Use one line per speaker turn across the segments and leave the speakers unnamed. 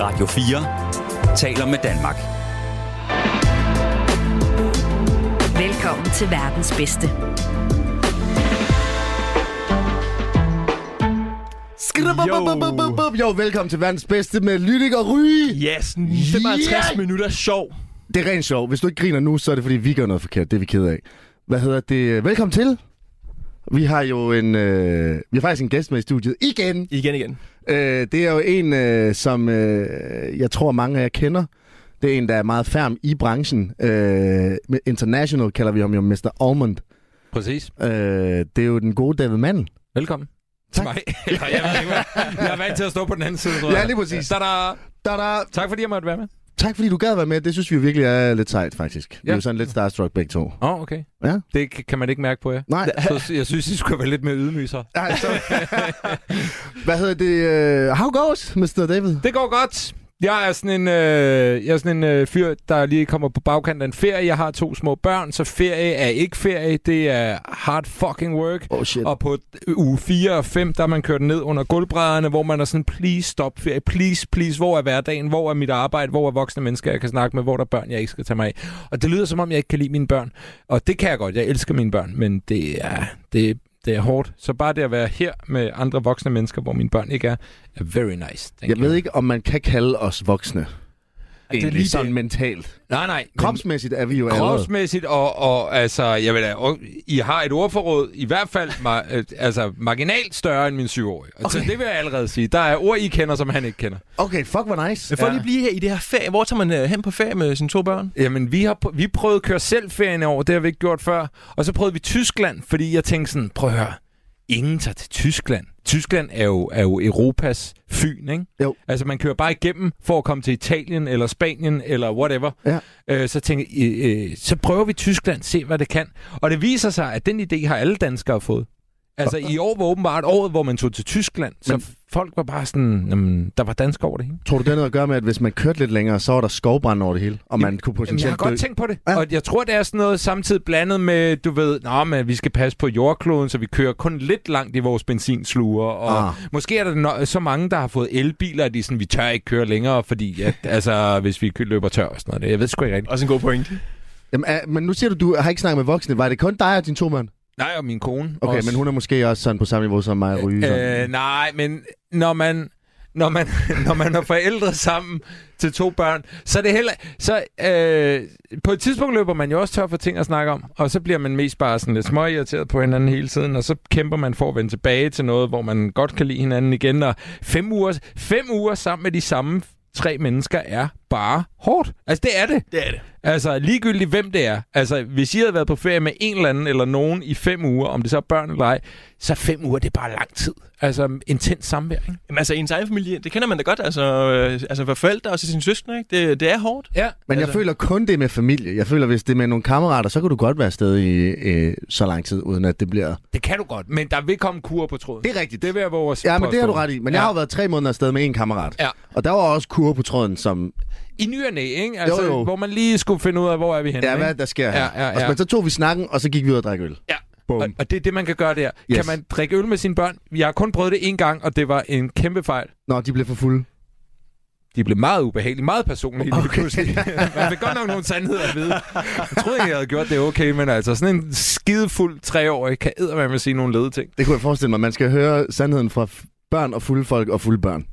Radio 4 taler med Danmark.
Velkommen til verdens bedste.
Jo. jo, velkommen til verdens bedste med Lydik og Ryge.
Yes, 55
Yeah!
yeah! minutter sjov.
Det er rent sjov. Hvis du ikke griner nu, så er det fordi, vi gør noget forkert. Det er vi ked af. Hvad hedder det? Velkommen til. Vi har jo en, øh, vi har faktisk en gæst med i studiet igen.
Igen, igen.
Øh, det er jo en, øh, som øh, jeg tror mange af jer kender. Det er en, der er meget færm i branchen. Øh, med international kalder vi ham jo Mr. Almond.
Præcis.
Øh, det er jo den gode David Manden.
Velkommen.
Tak.
Til mig. Eller, jeg, ved ikke, hvad. jeg er vant til at stå på den anden side, tror jeg.
Ja, lige præcis.
Da-da.
Da-da.
Tak fordi jeg måtte være med.
Tak fordi du gad være med. Det synes vi virkelig er lidt sejt, faktisk. Ja. Vi er
Ja.
jo sådan lidt starstruck begge to.
Åh, oh, okay.
Ja.
Det k- kan man ikke mærke på jer.
Nej.
Så jeg synes, I skulle være lidt mere ydmyge så.
Nej, så... Hvad hedder det? Uh, how goes, Mr. David?
Det går godt. Jeg er sådan en, øh, jeg er sådan en øh, fyr, der lige kommer på bagkant af en ferie. Jeg har to små børn, så ferie er ikke ferie. Det er hard fucking work.
Oh shit.
Og på uge 4 og 5, der er man kørt ned under gulvbrædderne, hvor man er sådan, please stop ferie, please, please, hvor er hverdagen, hvor er mit arbejde, hvor er voksne mennesker, jeg kan snakke med, hvor er der børn, jeg ikke skal tage mig af. Og det lyder som om, jeg ikke kan lide mine børn. Og det kan jeg godt, jeg elsker mine børn, men det er, det, det er hårdt. Så bare det at være her med andre voksne mennesker, hvor mine børn ikke er, er very nice. Thank
Jeg
you.
ved ikke, om man kan kalde os voksne.
det er
Egentlig,
lige
sådan
det.
mentalt.
Nej, nej. men-
Kropsmæssigt er vi jo allerede.
Kropsmæssigt, og, og altså, jeg vil da, og, I har et ordforråd, i hvert fald ma- øh, altså, marginalt større end min syvårige. Okay. Så
Okay.
det vil jeg allerede sige. Der er ord, I kender, som han ikke kender.
Okay, fuck, hvor nice.
Men for ja. lige at blive her i det her ferie, hvor tager man øh, hen på ferie med sine to børn?
Jamen, vi har pr- vi prøvede at køre selv ferien i år, det har vi ikke gjort før. Og så prøvede vi Tyskland, fordi jeg tænkte sådan, prøv at høre, ingen tager til Tyskland. Tyskland er jo, er jo Europas fyn, ikke?
Jo.
Altså, man kører bare igennem for at komme til Italien eller Spanien eller whatever.
Ja.
Øh, så tænkte jeg, øh, øh, så prøver vi Tyskland, se hvad det kan. Og det viser sig, at den idé har alle danskere fået. Altså, i år var åbenbart året, hvor man tog til Tyskland, så
Men-
Men... folk var bare sådan, jamen, der var danskere over det hele.
Tror du, det har noget at gøre med, at hvis man kørte lidt længere, så var der skovbrand over det hele, og man kunne
Jamen, jeg har
potentielt dø?
godt tænkt på det.
Ja.
Ja. Og jeg tror, det er sådan noget samtidig blandet med, du ved, Nå, men vi skal passe på jordkloden, så vi kører kun lidt langt i vores benzinsluger. Og
Ah.
ah. måske er der no- så mange, der har fået elbiler, at de er sådan, vi tør ikke køre længere, fordi at, altså, hvis vi løber tør og sådan noget. Jeg ved sgu ikke rigtigt.
Også en god point.
Jamen, er, men nu siger du, du har ikke snakket med voksne. Var det kun dig og dine to børn?
Nej, og min kone
Okay,
også.
men hun er måske også sådan på samme niveau som mig og Ryge. sådan.
Øh, nej, men når man, når, man, når man er forældre sammen til to børn, så er det heller... Så, øh, på et tidspunkt løber man jo også tør for ting at snakke om, og så bliver man mest bare sådan lidt småirriteret på hinanden hele tiden, og så kæmper man for at vende tilbage til noget, hvor man godt kan lide hinanden igen, og fem uger, fem uger sammen med de samme tre mennesker er bare hårdt. Altså, det er det.
Det er det.
Altså, ligegyldigt hvem det er. Altså, hvis I havde været på ferie med en eller anden eller nogen i fem uger, om det så er børn eller ej, så fem uger, det er bare lang tid. Altså, intens samvær, ikke?
Jamen, altså, ens egen familie, det kender man da godt. Altså, øh, altså for forældre og til sine søskende, ikke? Det, det er hårdt.
Ja.
Men jeg
altså-
føler kun det er med familie. Jeg føler, hvis det er med nogle kammerater, så kan du godt være afsted i øh, så lang tid, uden at det bliver...
Det kan du godt, men der vil komme kur på tråden. Det,
er rigtigt.
det vil jeg våge at
Ja, men det har du
påstå.
ret i. Men ja.
Ja.
jeg har jo været tre måneder afsted med en kammerat.
Ja.
Og der var også kur på tråden, som...
I ny og næ, ikke? Altså,
Jo,
jo,
jo.
jo. hvor man lige skulle finde ud af, hvor er vi henne,
Ja, hvad
ikke?
der sker her.
Ja, ja,
Og så-
ja.
Men så tog vi snakken, og så gik vi ud og drak øl.
Ja.
Bum.
Og, og det er det, man kan gøre der.
Yes.
Yes. Kan man drikke øl med sine børn? Jeg har kun prøvet det en gang, og det var en kæmpe fejl.
Nå, de blev for fulde.
De blev meget ubehagelige, meget personlige okay. lige
Okay.
pludselig. Man fik godt nok nogle sandheder at vide. Jeg troede egentlig, jeg havde gjort det okay, men altså sådan en skidefuld treårig kan eddermame med sige nogle lede ting.
Det kunne jeg forestille mig. Man skal høre sandheden fra f- børn og fulde folk og fulde børn.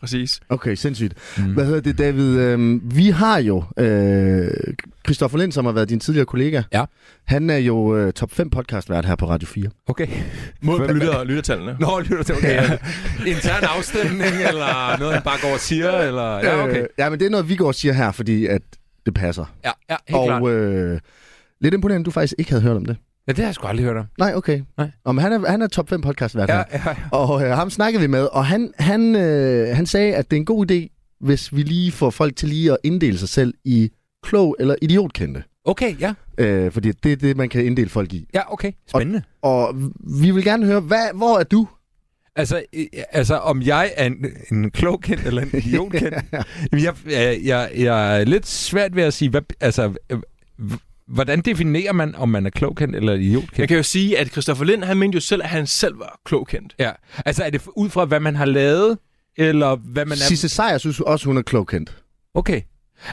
Præcis.
Okay, sindssygt.
Mm.
Hvad hedder det, David? Øhm, vi har jo øh, Christoffer Lind, som har været din tidligere kollega.
Ja.
Han er jo øh, top 5 podcastvært her på Radio 4.
Okay.
Mod
Hvem-
lytter og lyttertallene.
Nå, lytter til okay. Intern afstemning, eller noget, han bare går og siger, eller... Ja, okay.
Øh, ja, men det er noget, vi går og siger her, fordi at det passer.
Ja, ja helt og, klart.
og øh, lidt imponerende, at du faktisk ikke havde hørt om det.
Ja, det har jeg sgu aldrig hørt om. Altså.
Nej, okay.
Nej.
Om han er, han er top 5 podcast hver
Ja,
ja.
ja, ja.
Og øh, ham snakkede vi med, og han, han, øh, han sagde, at det er en god idé, hvis vi lige får folk til lige at inddele sig selv i klog eller idiotkendte.
Okay, ja.
Øh, fordi det er det, man kan inddele folk i.
Ja, okay. Spændende.
Og vi vil gerne høre, hvad, hvor er du?
Altså, øh, altså, om jeg er en, en klog kendt eller en idiot kendt, Jamen, jeg, jeg, jeg, jeg er lidt svært ved at sige, hvad, altså, øh, h- hvordan definerer man, om man er klogkendt eller
Jeg
idiotkendt?
kan jo sige, at Christoffer Lind, han mente jo selv, at han selv var klogkendt.
Ja. Altså, er det f- ud fra, hvad man har lavet? eller hvad man er...
Sisse Sejr synes også, hun er klogkendt.
Okay.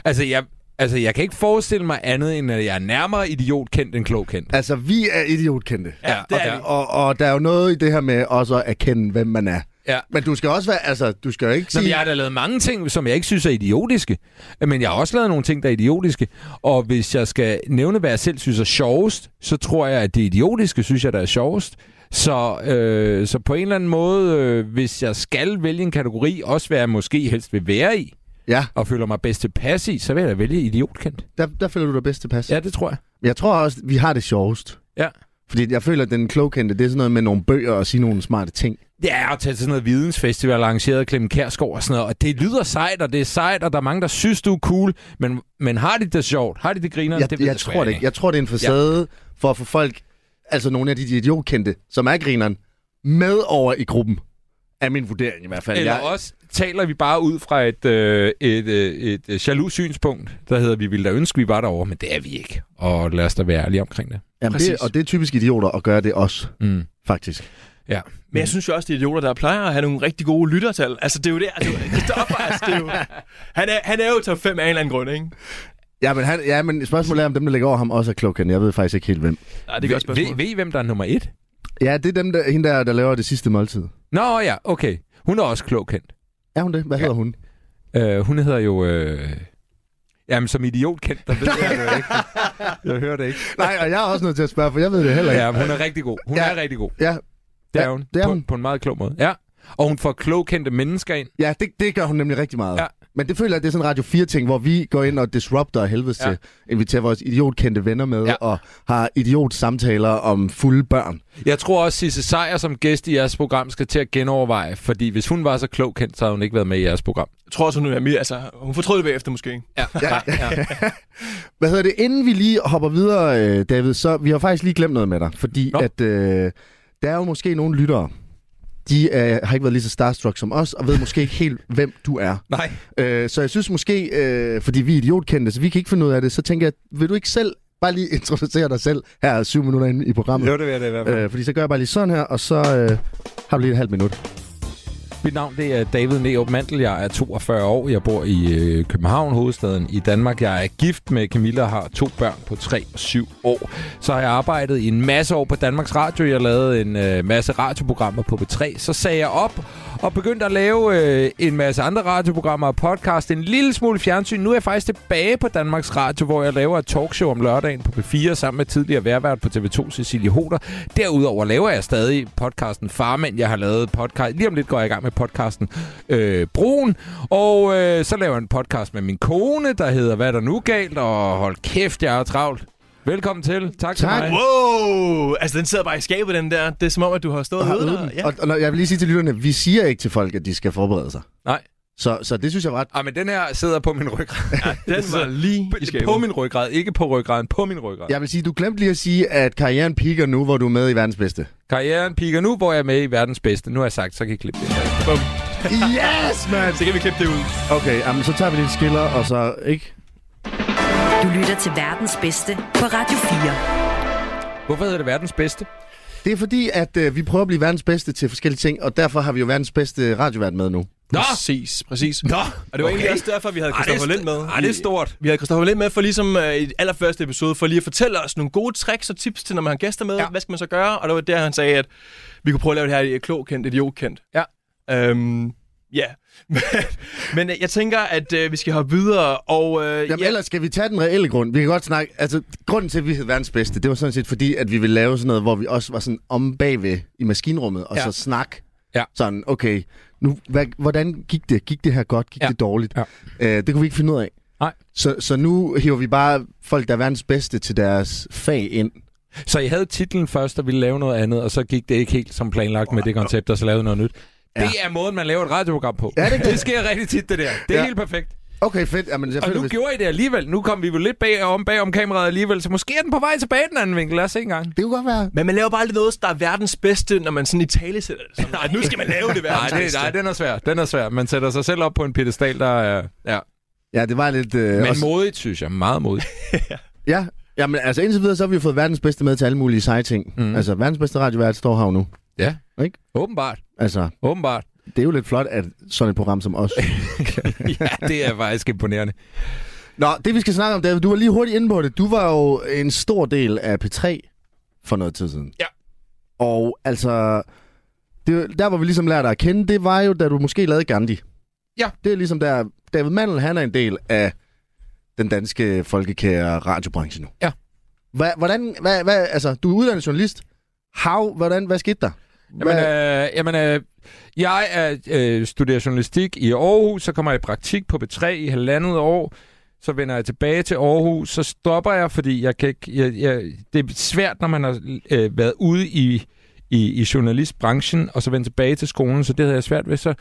Altså, jeg, altså, jeg kan ikke forestille mig andet, end at jeg er nærmere idiotkendt end klogkendt.
Altså, vi er idiotkendte.
Ja, det er
okay.
vi.
Og, og der er jo noget i det her med også at erkende, hvhvem man er.
Ja.
Men du skal også være, altså, du skal jo ikke
Nå, men
sige...
jeg har da lavet mange ting, som jeg ikke synes er idiotiske. Men jeg har også lavet nogle ting, der er idiotiske. Og hvis jeg skal nævne, hvad jeg selv synes er sjovest, så tror jeg, at det idiotiske synes jeg, der er sjovest. Så, øh, så på en eller anden måde, øh, hvis jeg skal vælge en kategori, også hvad jeg måske helst vil være i,
Ja,
og føler mig bedst tilpas i, så vil jeg da vælge idiotkendt.
der, der føler du dig bedst tilpas.
Ja, det tror jeg.
Men Jeg tror også, vi har det sjovest.
Ja.
Fordi jeg føler, at den klogkendte, det er sådan noget med nogle bøger og sige nogle smarte ting.
Ja, og tage til sådan noget vidensfestival arrangeret af Clemen Kærsgaard og sådan noget. Og det lyder sejt, og det er sejt, og der er mange, der synes, du er cool. Men, men har de det sjovt? Har de det griner?
jeg,
det ved
jeg,
sgu
tror det
ikke.
ikke. Jeg tror, det er en facade ja. for at få folk, altså nogle af de idiotkendte, som er grineren, med over i gruppen. Er min vurdering i hvert fald.
Eller
jeg,
også taler vi bare ud fra et, øh, et, øh, et, et jaloux synspunkt, der hedder, vi ville da ønske, vi var derovre, men det er vi ikke. Og lad os da være ærlige omkring det.
jamen, det,
præcis.
og det er typisk idioter at gøre det også,
Mm.
faktisk.
Ja.
Men jeg synes jo også, det er idioter, der plejer at have nogle rigtig gode lyttertal. Altså, det er jo det. Altså, Christoffer, altså, det er jo... Han er, han er jo top 5 af en eller anden grund, ikke?
Ja, men, han, ja, men spørgsmålet er, om dem, der ligger over ham, også er klogkendte. Jeg ved faktisk ikke helt, hvem.
Nej, det er et
Ved,
godt spørgsmål.
ved, ved I, hvem der er nummer et?
Ja, det er dem, der, hende der, der laver det sidste måltid.
Nå ja, okay. Hun er også klogkendt.
Er hun det? Hvad ja.
Ja.
hedder hun?
Øh, hun hedder jo... Øh... Jamen, som idiot kendt, der ved jeg det jo ikke. Jeg hører det ikke.
Nej, og jeg er også nødt til at spørge, for jeg ved det heller ikke.
Ja, men hun er rigtig god. Hun
Ja.
ja. er rigtig god.
Ja,
Det er
Ja,
hun.
det er
på,
hun.
på en meget klog måde. Ja. Og hun får klogkendte mennesker ind.
ja det, det gør hun nemlig rigtig meget. Ja.
Ja.
Men det føler jeg, det er sådan en Radio 4-ting, hvor vi går ind og disrupter af helvedes ja.
Ja.
til. Inviterer vores idiotkendte venner med ja.
Ja.
og har idiotsamtaler om fulde børn.
Jeg tror også, Sisse Sejer som gæst i jeres program skal til at genoverveje, fordi hvis hun var så klog kendt, så havde hun ikke været med i jeres program.
Jeg tror også, hun er mere... Altså, hun fortrød det bagefter, måske.
Ja.
Ja. Hvad hedder det? Inden vi lige hopper videre, øh, David, så vi har faktisk lige glemt noget med dig. Fordi Nå.
Nå.
at øh, der er jo måske nogle lyttere, de øh, har ikke været lige så starstruck som os, og ved måske ikke helt, hvem du er.
Nej.
Øh, så jeg synes måske, øh, fordi vi er idiotkendte, så vi kan ikke finde ud af det, så tænker jeg, vil du ikke selv bare lige introducere dig selv her syv minutter inde i programmet?
det vil jeg da i hvert
Øh, fordi så gør jeg bare lige sådan her, og så øh, har du lige et halvt minut.
Mit navn det er David Neop Mandel. Jeg er 42 år. Jeg bor i øh, København, hovedstaden i Danmark. Jeg er gift med Camilla og har to børn på 3 og 7 år. Så har jeg arbejdet i en masse år på Danmarks Radio. Jeg lavede en øh, masse radioprogrammer på B3. Så sagde jeg op og begyndte at lave øh, en masse andre radioprogrammer og podcast. En lille smule fjernsyn. Nu er jeg faktisk tilbage på Danmarks Radio, hvor jeg laver et talkshow om lørdagen på P4 sammen med tidligere værvært på TV2, Cecilie Hoder. Derudover laver jeg stadig podcasten Farmand. Jeg har lavet podcast. Lige om lidt går jeg i gang med podcasten øh, Broen. Og øh, så laver jeg en podcast med min kone, der hedder Hvad er der nu galt? Og hold kæft, jeg er travlt. Velkommen til. Tak, til
Tak.
mig.
Wow! Altså, den sidder bare i skabet, den der. Det er som om, at du har stået og øvet dig.
Ja. Og, og når- jeg vil lige sige til lytterne, vi siger ikke til folk, at de skal forberede sig.
Nej.
Så, så det synes jeg var ret...
Ej, men den her sidder på min ryggrad.
Den var lige i skabet.
på min ryggrad. Ikke på ryggraden, på min ryggrad.
Jeg vil sige, du glemte lige at sige, at karrieren piker nu, hvor du er med i verdens bedste.
Karrieren piker nu, hvor jeg er med i verdens bedste. Nu har jeg sagt, så kan I klippe det.
yes, man!
Så kan vi klippe det ud.
Okay, jamen, så tager vi lidt skiller, og så... Ikke?
Du lytter til verdens bedste på Radio 4.
Hvorfor hedder det verdens bedste?
Det er fordi, at øh, vi prøver at blive verdens bedste til forskellige ting, og derfor har vi jo verdens bedste radiovært med nu.
Nå!
Præcis, præcis.
Nå!
Og det var okay. egentlig også derfor, vi havde Christoffer Lind med.
Ej, det er stort.
Vi havde Christoffer Lind med for ligesom øh, i allerførste episode, for lige at fortælle os nogle gode tricks og tips til, når man har gæster med.
Ja.
Ja. Hvad skal man så gøre? Og det var der, han sagde, at vi kunne prøve at lave det her i et klogkendt, et jokkendt.
Ja.
Øhm, ja. Men, men jeg tænker, at øh, vi skal hoppe videre, og... Øh,
Jamen
ja,
ja. ellers skal vi tage den reelle grund. Vi kan godt snakke... Altså, grunden til, at vi hedder verdens bedste, det var sådan set fordi, at vi ville lave sådan noget, hvor vi også var sådan om bagved i maskinrummet, og ja.
Ja.
så snak.
Ja.
Sådan, okay, nu, hvad, hvordan gik det? Gik det her godt? Gik ja.
Ja.
det dårligt?
Ja.
Øh, det kunne vi ikke finde ud af.
Nej.
Så, så nu hiver vi bare folk, der er verdens bedste til deres fag ind.
Så I havde titlen først, og ville lave noget andet, og så gik det ikke helt som planlagt med det koncept, og så lavede noget nyt.
Ja.
Ja. Det er måden, man laver et radioprogram på.
Er det ikke det?
det sker rigtig tit, det der. Det er
Ja.
ja. helt perfekt.
Okay, fedt. Jamen, jeg
Og
føler,
nu gjorde I det alligevel. Nu kom vi jo lidt bag om, bag om kameraet alligevel, så måske er den på vej tilbage i den anden vinkel. Lad os se engang.
Det kunne godt være.
Men man laver bare aldrig noget, der er verdens bedste, når man sådan i tale sætter det. Sådan, at nu skal man lave det
Nej,
verdens
det,
bedste.
nej, den er svær. Den er svær. Man sætter sig selv op på en pedestal, der er... Ja.
Ja, det var lidt... Øh,
Men
også-
modigt, synes jeg. Meget modigt.
Ja, jamen, altså indtil videre, så har vi jo fået verdens bedste med til alle mulige seje ting. Mm.
Mhm.
Altså, verdens bedste radiovært står her jo nu.
Ja.
Ikke?
Åbenbart.
Altså,
Åbenbart.
Det er jo lidt flot, at sådan et program som os.
ja, det er faktisk imponerende.
Nå, det vi skal snakke om, David, du var lige hurtigt inde på det. Du var jo en stor del af P3 for noget tid siden.
Ja.
Og altså, det, der hvor vi ligesom lærte dig at kende, det var jo, da du måske lavede Gandhi.
Ja.
Det er ligesom der, David Mandel, han er en del af den danske folkekære radiobranche nu.
Ja.
Hva, hvordan, hva, hva, altså, du er uddannet journalist. How, hvordan, hvad skete der?
Jamen, øh, jamen øh, jeg er, øh, studerer journalistik i Aarhus, så kommer jeg i praktik på B3 i halvandet år, så vender jeg tilbage til Aarhus, så stopper jeg, fordi jeg kan ikke, jeg, jeg, det er svært, når man har øh, været ude i, i, i journalistbranchen, og så vende tilbage til skolen, så det havde jeg svært ved, så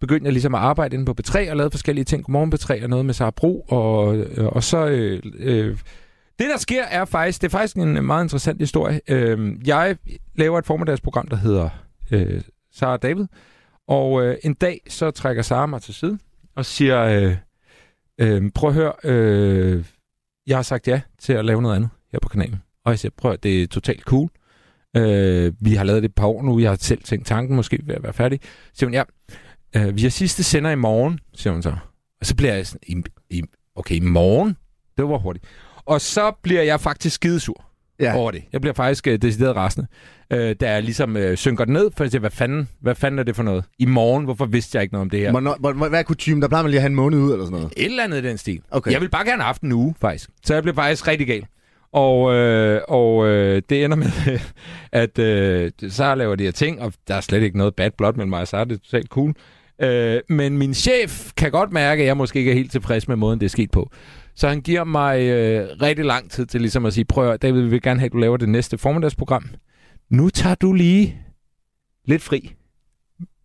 begyndte jeg ligesom at arbejde inde på B3 og lavede forskellige ting. Godmorgen P3 og noget med Sara Bro, og, øh, og så... Øh, øh, det, der sker, er faktisk... Det er faktisk en meget interessant historie. Øh, jeg laver et formiddagsprogram, der hedder øh, Sara og David. Og øh, en dag, så trækker Sara mig til side og siger, øh, øh, prøv at høre, øh, jeg har sagt ja til at lave noget andet her på kanalen. Og jeg siger, prøv at høre, det er totalt cool. Øh, vi har lavet det et par år nu, jeg har selv tænkt tanken, måske ved at være færdig. Så siger hun, ja, øh, vi har sidste sender i morgen, siger hun så. Og så bliver jeg sådan, i, i, okay, i morgen? Det var hurtigt. Og så bliver jeg faktisk skidesur
Ja.
ja. over det. Jeg bliver faktisk øh, decideret rasende, øh, da jeg ligesom øh, synker den ned, for jeg siger, hvad fanden, hvad fanden er det for noget? I morgen, hvorfor vidste jeg ikke noget om det her?
Hvornår, hvor, hvor, hvad er kutumen? Der plejer man lige at have en måned ud eller sådan noget.
Et eller andet i den stil.
Okay.
Jeg vil bare gerne have haft en uge, faktisk. Så jeg blev faktisk rigtig gal. Og, øh, og øh, det ender med, at øh, Sara laver de her ting, og der er slet ikke noget bad blood mellem mig og Sara, det er totalt cool. Øh, men min chef kan godt mærke, at jeg måske ikke er helt tilfreds med måden, det er sket på. Så han giver mig øh, rigtig lang tid til ligesom at sige, prøv at høre, David, vi vil gerne have, at du laver det næste formiddagsprogram. Nu tager du lige lidt fri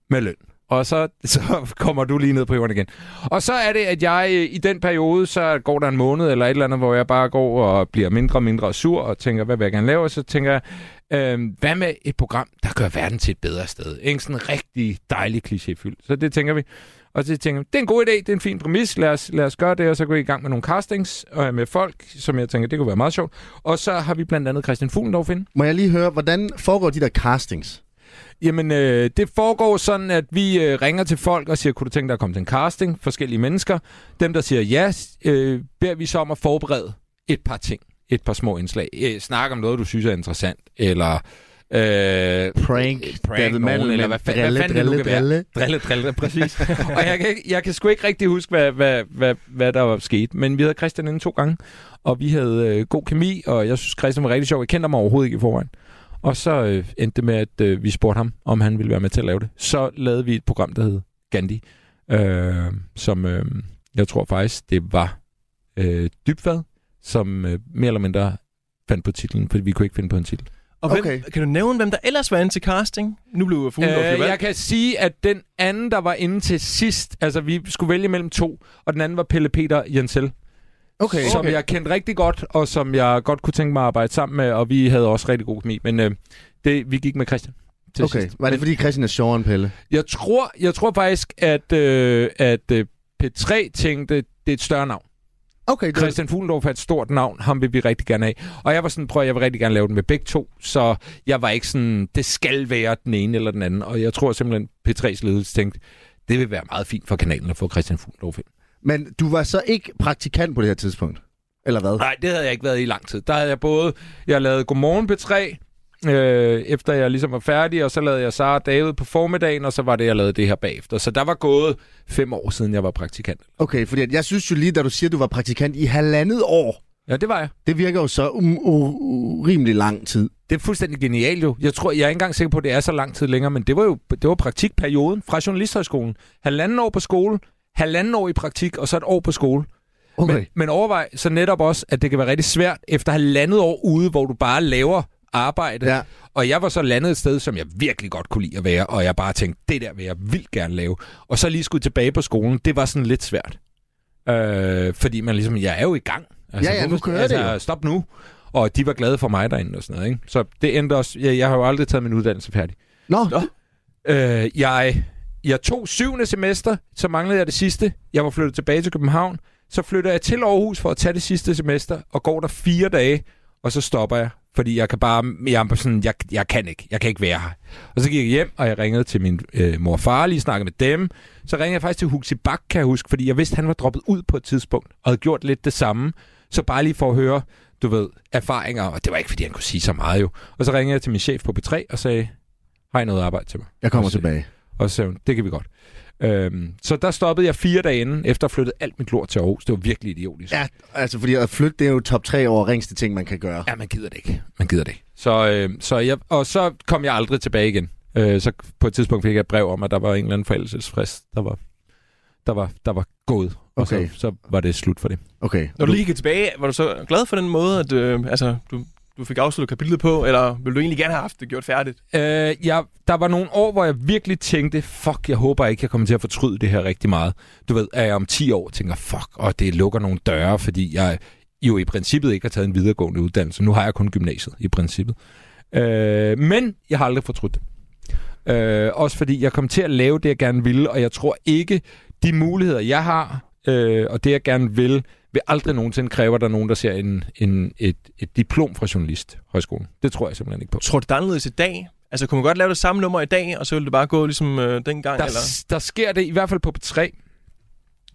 med løn. Og så, så kommer du lige ned på jorden igen. Og så er det, at jeg øh, i den periode, så går der en måned eller et eller andet, hvor jeg bare går og bliver mindre og mindre sur og tænker, hvad vil jeg gerne lave? Og så tænker jeg, øh, hvad med et program, der gør verden til et bedre sted? Ikke sådan en rigtig dejlig klichéfyldt. Så det tænker vi. Og så tænker jeg, det er en god idé, det er en fin præmis, lad os, lad os gøre det, og så går vi i gang med nogle castings øh, med folk, som jeg tænker, det kunne være meget sjovt. Og så har vi blandt andet Christian Fuglendorf ind.
Må jeg lige høre, hvordan foregår de der castings?
Jamen, øh, det foregår sådan, at vi øh, ringer til folk og siger, kunne du tænke dig at komme til en casting? Forskellige mennesker. Dem, der siger ja, øh, beder vi så om at forberede et par ting. Et par små indslag. Øh, snak om noget, du synes er interessant. Eller... Øh,
Prank,
prank
David
nogen,
Mandel,
eller
men
hvad, fa-
drille,
hvad fanden det nu
drille,
kan være.
drille.
Drille, drille, præcis. og jeg kan, ikke, jeg kan sgu ikke rigtig huske, hvad, hvad, hvad, hvad der var sket. Men vi havde Christian inde to gange, og vi havde øh, god kemi, og jeg synes, Christian var rigtig sjov. Jeg kendte ham overhovedet ikke i forvejen. Og så øh, endte det med, at øh, vi spurgte ham, om han ville være med til at lave det. Så lavede vi et program, der hed Gandhi, øh, som øh, jeg tror faktisk, det var øh, Dybvad, som øh, mere eller mindre fandt på titlen, fordi vi kunne ikke finde på en titel.
Og hvem,
Okay.
okay. kan du nævne, hvem der ellers var inde til casting? Nu blev Fuglendorf øh,
Øh,
jeg...
jeg kan sige, at den anden, der var inde til sidst, altså vi skulle vælge mellem to, og den anden var Pelle Peter Jensel,
Okay.
som jeg kendte rigtig godt, og som jeg godt kunne tænke mig at arbejde sammen med, og vi havde også rigtig god kemi, men øh, det, vi gik med Christian til
okay.
sidst.
Var det
Men
fordi Christian er sjovere end Pelle?
jeg, tror, jeg tror faktisk, at, øh, at øh, P3 tænkte, det er et større navn.
Okay, det
Christian Fuglendorf er et stort navn, ham vil vi rigtig gerne have. Og jeg var sådan, prøv at, jeg vil rigtig gerne lave den med begge to, så jeg var ikke sådan, det skal være den ene eller den anden. Og jeg tror simpelthen, P3's ledelse tænkte, det vil være meget fint for kanalen at få Christian Fuglendorf ind.
Men du var så ikke praktikant på det her tidspunkt? Eller hvad?
Nej, det havde jeg ikke været i lang tid. Der havde jeg både, jeg lavede Godmorgen P3, øh, efter jeg ligesom var færdig, og så lavede jeg Sara og David på formiddagen, og så var det, jeg lavede det her bagefter. Så der var gået fem år siden, jeg var praktikant.
Okay, fordi at jeg synes jo lige, da du siger, at du var praktikant i halvandet år,
Ja, det var jeg.
det virker jo så um, u- urimelig lang tid.
Det er fuldstændig genialt jo. Jeg tror, jeg er ikke engang sikker på, at det er så lang tid længere, men det var jo det var praktikperioden fra Journalisthøjskolen. Halvanden år på skole, halvanden år i praktik, og så et år på skole. Men, men overvej så netop også, at det kan være rigtig svært efter halvandet år ude, hvor du bare laver arbejde.
Ja.
Og jeg var så landet et sted, som jeg virkelig godt kunne lide at være, og jeg bare tænkte, det der vil jeg vildt gerne lave. Og så lige skulle tilbage på skolen, det var sådan lidt svært. Øh, fordi man ligesom, jeg er jo i gang.
Ja, ja, nu kører det
altså,
jo.
Stop nu. Og de var glade for mig derinde og sådan noget. Ikke? Så det endte også, jeg, jeg har jo aldrig taget min uddannelse færdig.
Nå, Nå.
Øh, jeg, jeg tog syvende semester, så manglede jeg det sidste. Jeg var flyttet tilbage til København. Så flytter jeg til Aarhus for at tage det sidste semester, og går der fire dage, og så stopper jeg Fordi jeg kan bare, jeg, er sådan, jeg, jeg kan ikke, jeg kan ikke være her. Og så gik jeg hjem, og jeg ringede til min øh, mor og far, lige snakkede med dem. Så ringede jeg faktisk til Huxi Bak, kan jeg huske, fordi jeg vidste, han var droppet ud på et tidspunkt, og havde gjort lidt det samme. Så bare lige for at høre, du ved, erfaringer, og det var ikke, fordi han kunne sige så meget jo. Og så ringede jeg til min chef på B3 og sagde, har I noget arbejde til mig?
Jeg kommer
Og så-
tilbage.
Og så sagde hun, det kan vi godt. Øhm, så der stoppede jeg fire dage inden, efter at have flyttet alt mit lort til Aarhus. Det var virkelig idiotisk.
Ja, altså fordi at flytte, det er jo top 3 over ringste ting, man kan gøre.
Ja, man gider det ikke. Man gider det ikke. Så, øh, så jeg, og så kom jeg aldrig tilbage igen. Øh, så på et tidspunkt fik jeg et brev om, at der var en eller anden forældelsesfrist, der var, der var, der var gået.
Okay.
Og så, så var det slut for det.
Okay.
Når du lige gik tilbage, var du så glad for den måde, at øh, altså, du, du fik afsluttet kapitlet på, eller ville du egentlig gerne have haft det gjort færdigt?
Øh, jeg, der var nogle år, hvor jeg virkelig tænkte, fuck, jeg håber ikke, jeg kommer til at fortryde det her rigtig meget. Du ved, at jeg om 10 år tænker, fuck, og det lukker nogle døre, fordi jeg jo i princippet ikke har taget en videregående uddannelse. Nu har jeg kun gymnasiet, i princippet. Øh, men jeg har aldrig fortrudt det. Øh, også fordi jeg kom til at lave det, jeg gerne ville, og jeg tror ikke, de muligheder, jeg har, øh, og det, jeg gerne vil, vil aldrig nogensinde kræve, at der er nogen, der ser en, en, et, et diplom fra journalisthøjskolen. Det tror jeg simpelthen ikke på.
Tror du, det er anderledes i dag? Altså, kunne man godt lave det samme nummer i dag, og så ville det bare gå ligesom øh, dengang?
der,
eller?
s- der sker det i hvert fald på P3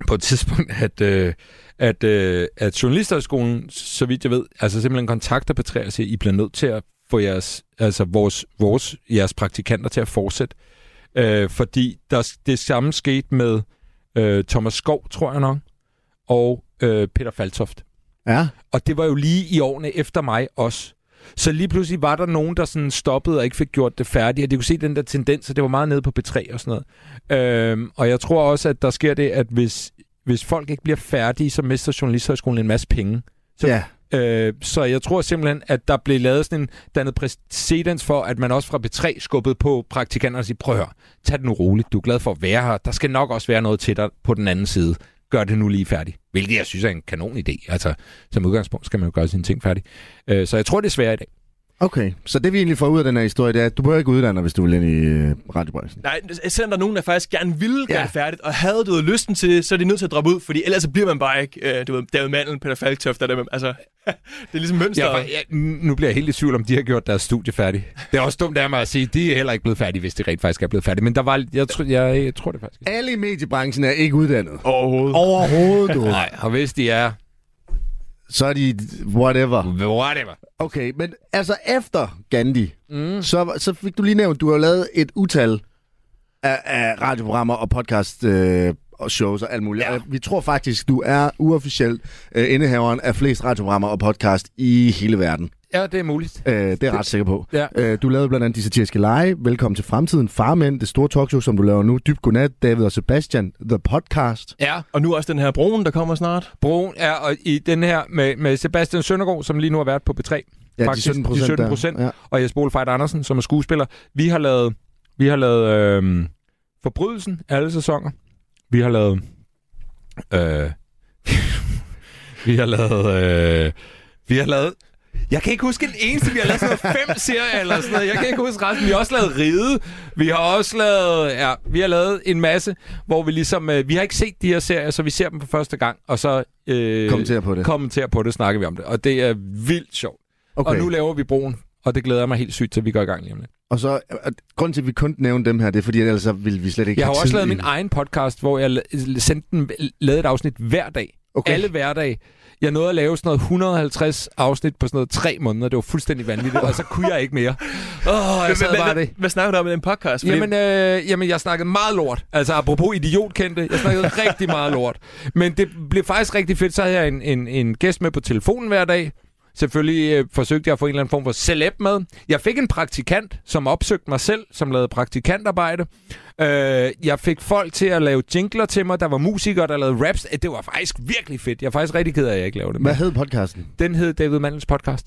på et tidspunkt, at, øh, at, øh, at journalisterskolen, så vidt jeg ved, altså simpelthen kontakter P3 og siger, I bliver nødt til at få jeres, altså vores, vores, jeres praktikanter til at fortsætte. Øh, fordi der, s- det samme skete med øh, Thomas Skov, tror jeg nok, og øh, Peter Faltoft.
Ja.
Og det var jo lige i årene efter mig også. Så lige pludselig var der nogen, der sådan stoppede og ikke fik gjort det færdigt. Og det kunne se den der tendens, og det var meget nede på B3 og sådan noget. Øhm, og jeg tror også, at der sker det, at hvis, hvis folk ikke bliver færdige, så mister Journalisthøjskolen en masse penge. Så-
ja.
Øh, så jeg tror simpelthen, at der blev lavet sådan en dannet præcedens for, at man også fra B3 skubbede på praktikanterne og sige, prøv at høre, tag det nu roligt, du er glad for at være her. Der skal nok også være noget til dig på den anden side. Gør det nu lige færdigt. Hvilket jeg synes er en kanon idé. Altså, som udgangspunkt skal man jo gøre sine ting færdige. Øh, så jeg tror, det er svært i dag.
Okay, så det vi egentlig får ud af den her historie, det er, at du behøver ikke uddanne dig, hvis du vil ind i øh, radiobranchen.
Nej, selvom der er nogen, der faktisk gerne ville gøre
Ja.
ja. det færdigt, og havde du lysten til det, så er de nødt til at droppe ud, fordi ellers så bliver man bare ikke, øh, du ved, David Mandel, Peter Falktoft, der er dem, altså, det er ligesom mønstret.
Ja, for, ja, nu bliver jeg helt i tvivl om, de har gjort deres studie færdigt. Det er også dumt af mig at sige, de er heller ikke blevet færdige, hvis de rent faktisk er blevet færdige. Men der var, jeg, tror, jeg, jeg tror det faktisk. ikke.
Alle i mediebranchen er ikke uddannet.
Overhovedet.
Overhovedet, du.
Nej, og hvis de er,
så er de whatever.
whatever.
Okay, men altså efter Gandhi, mm. så, så fik du lige nævnt, du har jo lavet et utal af, af radioprogrammer og podcast øh, og shows og alt muligt. Ja. Vi tror faktisk, du er uofficielt øh, indehaveren af flest radioprogrammer og podcast i hele verden.
Ja, det er muligt.
Øh, det er jeg ret sikker på.
Ja.
Øh, du lavede blandt andet De Satiriske Lege, Velkommen til Fremtiden, Farmænd, det store talkshow, som du laver nu, Dybt Godnat, David og Sebastian, The Podcast.
Ja,
Og nu også den her broen, der kommer snart.
Broen er og i den her med, med Sebastian Søndergaard, som lige nu har været på B3.
Ja,
Faktisk, de
17% der.
17 procent.
Ja.
Og Jesper Ole Fejt Andersen, som er skuespiller. Vi har lavet, vi har lavet øh, Forbrydelsen alle sæsoner. Vi har lavet... Øh, vi har lavet... Øh, vi har lavet... Jeg kan ikke huske den eneste, vi har lavet sådan noget fem serier eller sådan noget. Jeg kan ikke huske resten. Vi har også lavet Ride. Vi har også lavet... Ja, vi har lavet en masse, hvor vi ligesom... Øh, vi har ikke set de her serier, så vi ser dem for første gang. Og så... Øh,
Kommenter på det.
Kommenter på det, snakker vi om det. Og det er vildt sjovt. Okay. Og nu laver vi broen, og det glæder jeg mig helt sygt til, at vi går i gang lige om lidt.
Og så, og grunden til, at vi kun nævnte dem her, det er fordi, at ellers så ville vi slet ikke
Jeg har
have tid
jo også lavet
i-
min egen podcast, hvor jeg la- sendte den, lavede et afsnit hver dag.
Okay.
Okay. Alle hverdage. Jeg nåede at lave sådan noget 150 afsnit på sådan noget tre måneder. Det var fuldstændig vanvittigt, og så kunne jeg ikke mere. Åh, oh, jeg sad bare
hvad,
det.
hvad snakker du om i den podcast? Fordi
Jamen, øh, jamen, jeg snakkede meget lort. Altså, apropos idiotkendte, jeg snakkede rigtig meget lort. Men det blev faktisk rigtig fedt. Så havde jeg en, en, en gæst med på telefonen hver dag. Selvfølgelig øh, forsøgte jeg at få en eller anden form for celeb med. Jeg fik en praktikant, som opsøgte mig selv, som lavede praktikantarbejde. Øh, jeg fik folk til at lave jingler til mig. Der var musikere, der lavede raps. Øh, Det var faktisk virkelig fedt. Jeg er faktisk rigtig ked af, at jeg ikke lavede det.
Hvad hed podcasten?
Den hed David Mandels podcast.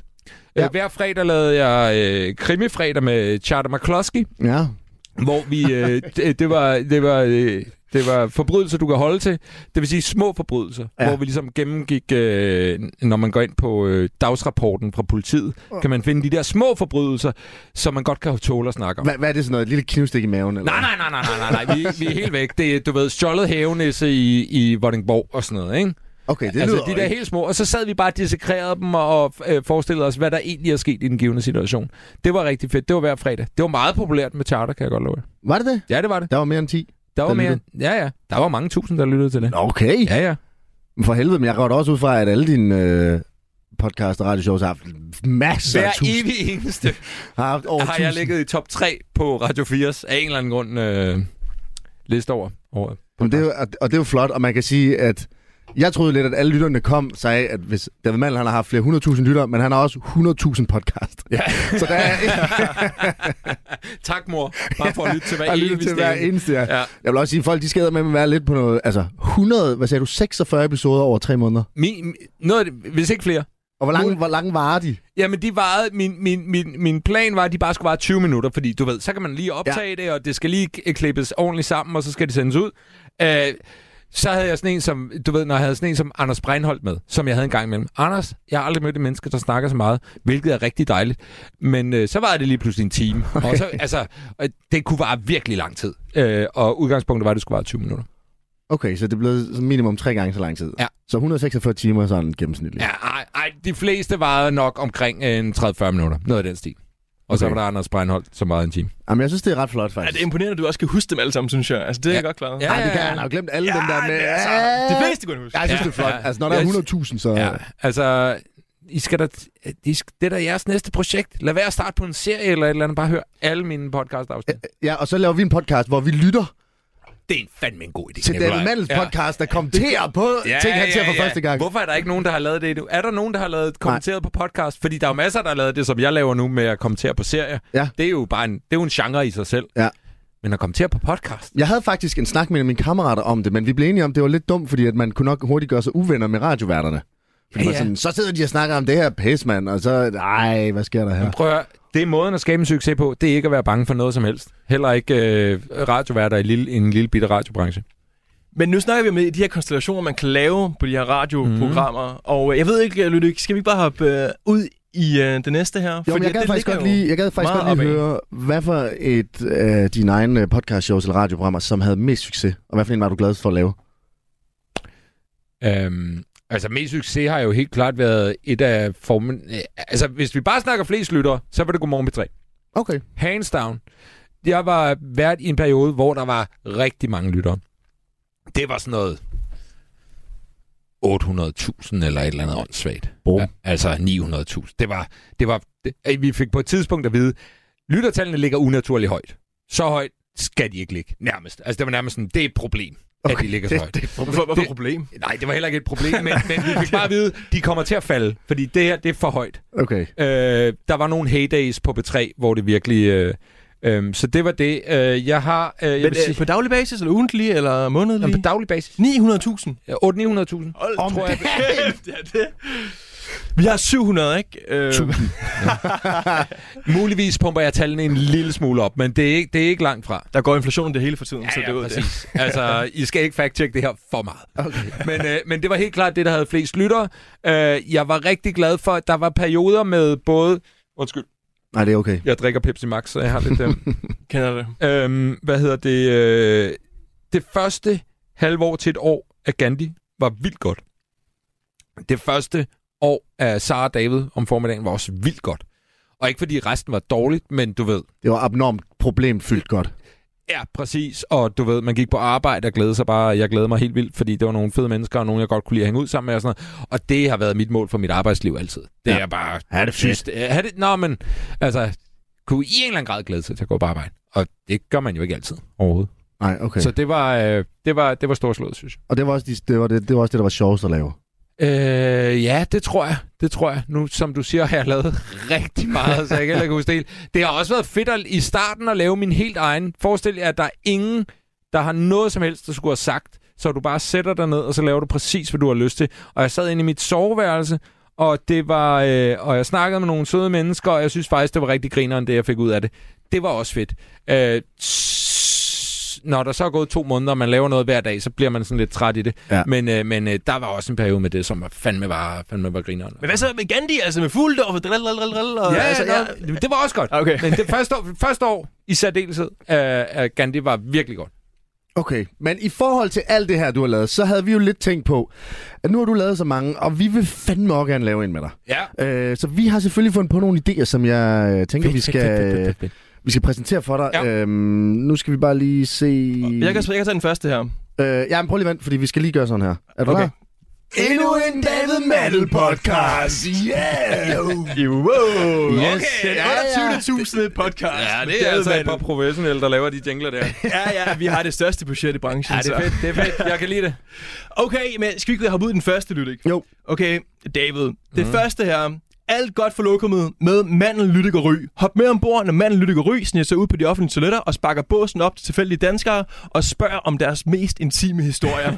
Ja.
Ja.
Øh, hver fredag lavede jeg øh, krimifredag med Charter McCloskey
Ja.
hvor vi øh, det, det var det var øh, det var forbrydelser du kan holde til. Det vil sige små forbrydelser,
Ja.
ja. hvor vi ligesom gennemgik øh, når man går ind på øh, dagsrapporten fra politiet, kan man finde de der små forbrydelser, som man godt kan tåle at snakke om.
Hvad, hvad er det sådan noget? Et lille knivstik i maven? Eller?
Nej, nej, nej, nej, nej, nej, nej. Vi, vi er helt væk. Det er, du ved, stjålet havenisse i, i Vordingborg og sådan noget, ikke?
Okay, det
altså,
lyder...
de der helt små. Og så sad vi bare og dissekrerede dem og, og øh, forestillede os, hvad der egentlig er sket i den givende situation. Det var rigtig fedt. Det var hver fredag. Det var meget populært med charter, kan jeg godt love jer.
Var det det?
Ja, det var det.
Der var mere end 10.
Der var
Der
mere.
lyttede.
Ja, ja. Der var mange tusind, der lyttede til det.
Nå, Okay.
Ja, ja.
Men For helvede, men jeg går da også ud fra, at alle dine øh, podcast og radioshows har haft masser
Hver
af tusind.
evig eneste
Har haft over
har jeg
tusind.
ligget i top 3 på Radio 4's af en eller anden grund øh, liste over. over.
Jamen, det er jo, og- og det er jo flot, og man kan sige, at jeg troede lidt, at alle lytterne kom sagde, at hvis David Mandel, han har haft flere hundredtusind lytter, men han har også 100.000 podcast. Ja. Så der er
Tak, mor. Bare for at lytte til hver
jeg lytter
eneste.
til hver eneste. Ja.
Ja.
Jeg vil også sige, at folk de skader med at være lidt på noget, altså 100, hvad sagde du, 46 episoder over tre måneder.
Min, min- noget, af det- hvis ikke flere.
Og hvor lange,
Nu-
hvor lange varer de?
Jamen, de varede, min, min, min, min plan var, at de bare skulle vare 20 minutter, fordi du ved, så kan man lige optage ja. det, og det skal lige k- klippes ordentligt sammen, og så skal det sendes ud. Øh, så havde jeg sådan en som, du ved, når jeg havde sådan en som Anders Breinholt med, som jeg havde en gang imellem. Anders, jeg har aldrig mødt et menneske, der snakker så meget, hvilket er rigtig dejligt. Men øh, så var det lige pludselig en time. Okay. Og så, altså, øh, det kunne vare virkelig lang tid. Øh, og udgangspunktet var, at det skulle vare 20 minutter.
Okay, så det blev sådan minimum tre gange så lang tid.
Ja.
Så 146 timer sådan gennemsnitligt.
Ja, ej, ej, de fleste varede nok omkring øh, en 30-40 minutter. Noget af den stil. Og okay. så
Okay.
var der Anders Breinholt, som varede en time.
Jamen, jeg synes, det er ret flot,
Ja,
faktisk.
det er imponerende, at du også kan huske dem alle sammen, synes jeg. Altså, det er
øh, Ja.
jeg godt klaret.
Ja,
Ej, det kan jeg. Han har jo glemt alle dem der med.
men altså, de fleste kunne jeg huske.
Jeg synes,
Ja,
det er flot.
ja.
Altså, når der
Jeg
er 100.000, så...
Ja, altså, I skal da, I skal, det er da jeres næste projekt. Lad være at starte på en serie eller et eller andet. Bare hør alle mine podcast afsnit.
Ja, og så laver vi en podcast, hvor vi lytter
Det er en fandme en god idé.
til David Mandels podcast, der kommenterer på ting, han siger for første gang.
Hvorfor er der ikke nogen, der har lavet det endnu? Er der nogen, der har lavet kommenteret på podcast? Fordi der er jo masser, der har lavet det, som jeg laver nu med at kommentere på serier.
Ja.
Det er jo bare en, det er jo en genre i sig selv.
Ja.
Men at kommentere på podcast?
Jeg havde faktisk en snak med en af mine kammerater om det, men vi blev enige om, at det var lidt dumt, fordi at man kunne nok hurtigt gøre sig uvenner med radioværterne. Fordi
Ja,
ja,
ja.
ja. Sådan, så sidder de og snakker om det her pis, mand, og så... Ej, hvad sker der her?
Prøv at høre, det er måden at skabe en succes på. Det er ikke at være bange for noget som helst. Heller ikke øh, radioværter i lille, en lille bitte radiobranche.
Men nu snakker vi om de her konstellationer, man kan lave på de her radioprogrammer. Mm.
Mhm.
Og øh, jeg ved ikke, Lydik, skal vi ikke bare hoppe øh, ud i øh, det næste her?
Jo, men jeg
at
gad
det
faktisk
ligger
godt
jo-
lige, jeg gad faktisk
meget
godt lige
opad.
høre, hvad for et af øh, dine egne podcast shows eller radioprogrammer, som havde mest succes, og hvad for en var du gladest for at lave?
Øhm, altså, mest succes har jo helt klart været et af formen... øh, Altså, hvis vi bare snakker flest lyttere, så var det Godmorgen P3.
Okay.
Hands down. Jeg var vært i en periode, hvor der var rigtig mange lyttere. Det var sådan noget 800.000 eller et eller andet åndssvagt.
Bum.
Ja, altså 900.000. Det var, det var, det, øh, vi fik på et tidspunkt at vide, lyttertallene ligger unaturligt højt. Så højt skal de ikke ligge, nærmest. Altså det var nærmest sådan, det er et problem, okay, at de ligger så højt.
Hvorfor, hvorfor problem?
Nej, det var heller ikke et problem, men, men vi fik bare at vide, de kommer til at falde, fordi det her, det er for højt.
Okay.
Øh, der var nogle heydays på B3, hvor det virkelig... Øh, øh, så det var det. Øh, jeg har... Øh, jeg
Men,
vil sige,
øh, på daglig basis, eller ugentlig, eller
jamen,
månedlig?
på daglig basis.
900.000.
8-900.000. Hold
Hold
Om
tror jeg-
kæft, ja, det. Vi har 700, ikke? Øh,
Muligvis pumper jeg tallene en lille smule op, men det er ikke, det er ikke langt fra.
der går inflation det hele for tiden, så det er jo det.
præcis. altså, I skal ikke fact-check det her for meget. Okay. Men, øh, men det var helt klart det, der havde flest lyttere. Øh, jeg var rigtig glad for, at der var perioder med både... Undskyld,
Nej, det er okay.
jeg drikker Pepsi Max, så jeg har lidt... Øh,
Kender det.
Øhm, hvad hedder det? Øh, det første halvår til et år af Gandhi var vildt godt. Det første år af Sara David om formiddagen var også vildt godt. Og ikke fordi resten var dårligt, men du ved.
Det var abnormt problemfyldt godt.
Ja, præcis. Og du ved, man gik på arbejde og glædede sig bare. Jeg glædede mig helt vildt, fordi det var nogle fede mennesker, og nogen, jeg godt kunne lide at hænge ud sammen med. Og, sådan noget. og det har været mit mål for mit arbejdsliv altid. Det ja.
Ja.
er bare...
Ja, det
Synes, det, er det, nå, men altså, kunne i en eller anden grad glæde sig til at gå på arbejde. Og det gør man jo ikke altid overhovedet.
Nej, okay.
Så det var, øh, det var, det var storslået, synes jeg.
Og det var, også de, det, var det, det var også det, der var sjovest at lave.
Øh, ja, det tror jeg. Det tror jeg. Nu, som du siger, har jeg lavet rigtig meget, så jeg kan heller ikke huske det hele. Det har også været fedt at, i starten at lave min helt egen. Forestil jer, at der er ingen, der har noget som helst, der skulle have sagt. Så du bare sætter dig ned, og så laver du præcis, hvad du har lyst til. Og jeg sad inde i mit soveværelse, og det var, øh, og jeg snakkede med nogle søde mennesker, og jeg synes faktisk, det var rigtig grineren, det jeg fik ud af det. Det var også fedt. Øh, s- når der så er gået to måneder, og man laver noget hver dag, så bliver man sådan lidt træt i det.
Ja.
Men, øh, men øh, der var også en periode med det, som var fandme var, fandme var grineren.
Men hvad så med Gandhi, altså med Fuldorf og drill, drill, drill, drill, og,
Ja,
altså,
altså, ja, det var også godt.
Okay.
øh, Men det første år, første år i særdeleshed af, af Gandhi var virkelig godt.
Okay, men i forhold til alt det her, du har lavet, så havde vi jo lidt tænkt på, at nu har du lavet så mange, og vi vil fandme også gerne lave en med dig.
Ja.
Øh, så vi har selvfølgelig fundet på nogle idéer, som jeg øh, tænker, vi skal, øh,
fedt, fedt.
vi skal præsentere for dig.
Ja.
Øhm, nu skal vi bare lige se...
Jeg kan, jeg kan tage den første her.
Øh, ja, men prøv lige vent, fordi vi skal lige gøre sådan her. Er du
Okay.
klar? Endnu en David Mandel podcast. Yeah!
Wow.
Yes.
Okay,
Ja, ja.
28.000 et podcast.
Ja, det er altså et
Gademanden.
par professionelle, der laver de jingler der.
Ja, ja, vi har det største budget i branchen.
Ja, det er
så.
fedt, det er fedt. Jeg kan lide det.
Okay, men skal vi ikke hoppe ud i den første, Lydik?
Jo.
Okay, David. Det første her. Alt godt for lokummet med manden Lydik og Ry. Hop med ombord, når manden Lydik og Ry sniger sig ud på de offentlige toiletter og sparker båsen op til tilfældige danskere og spørger om deres mest intime historier.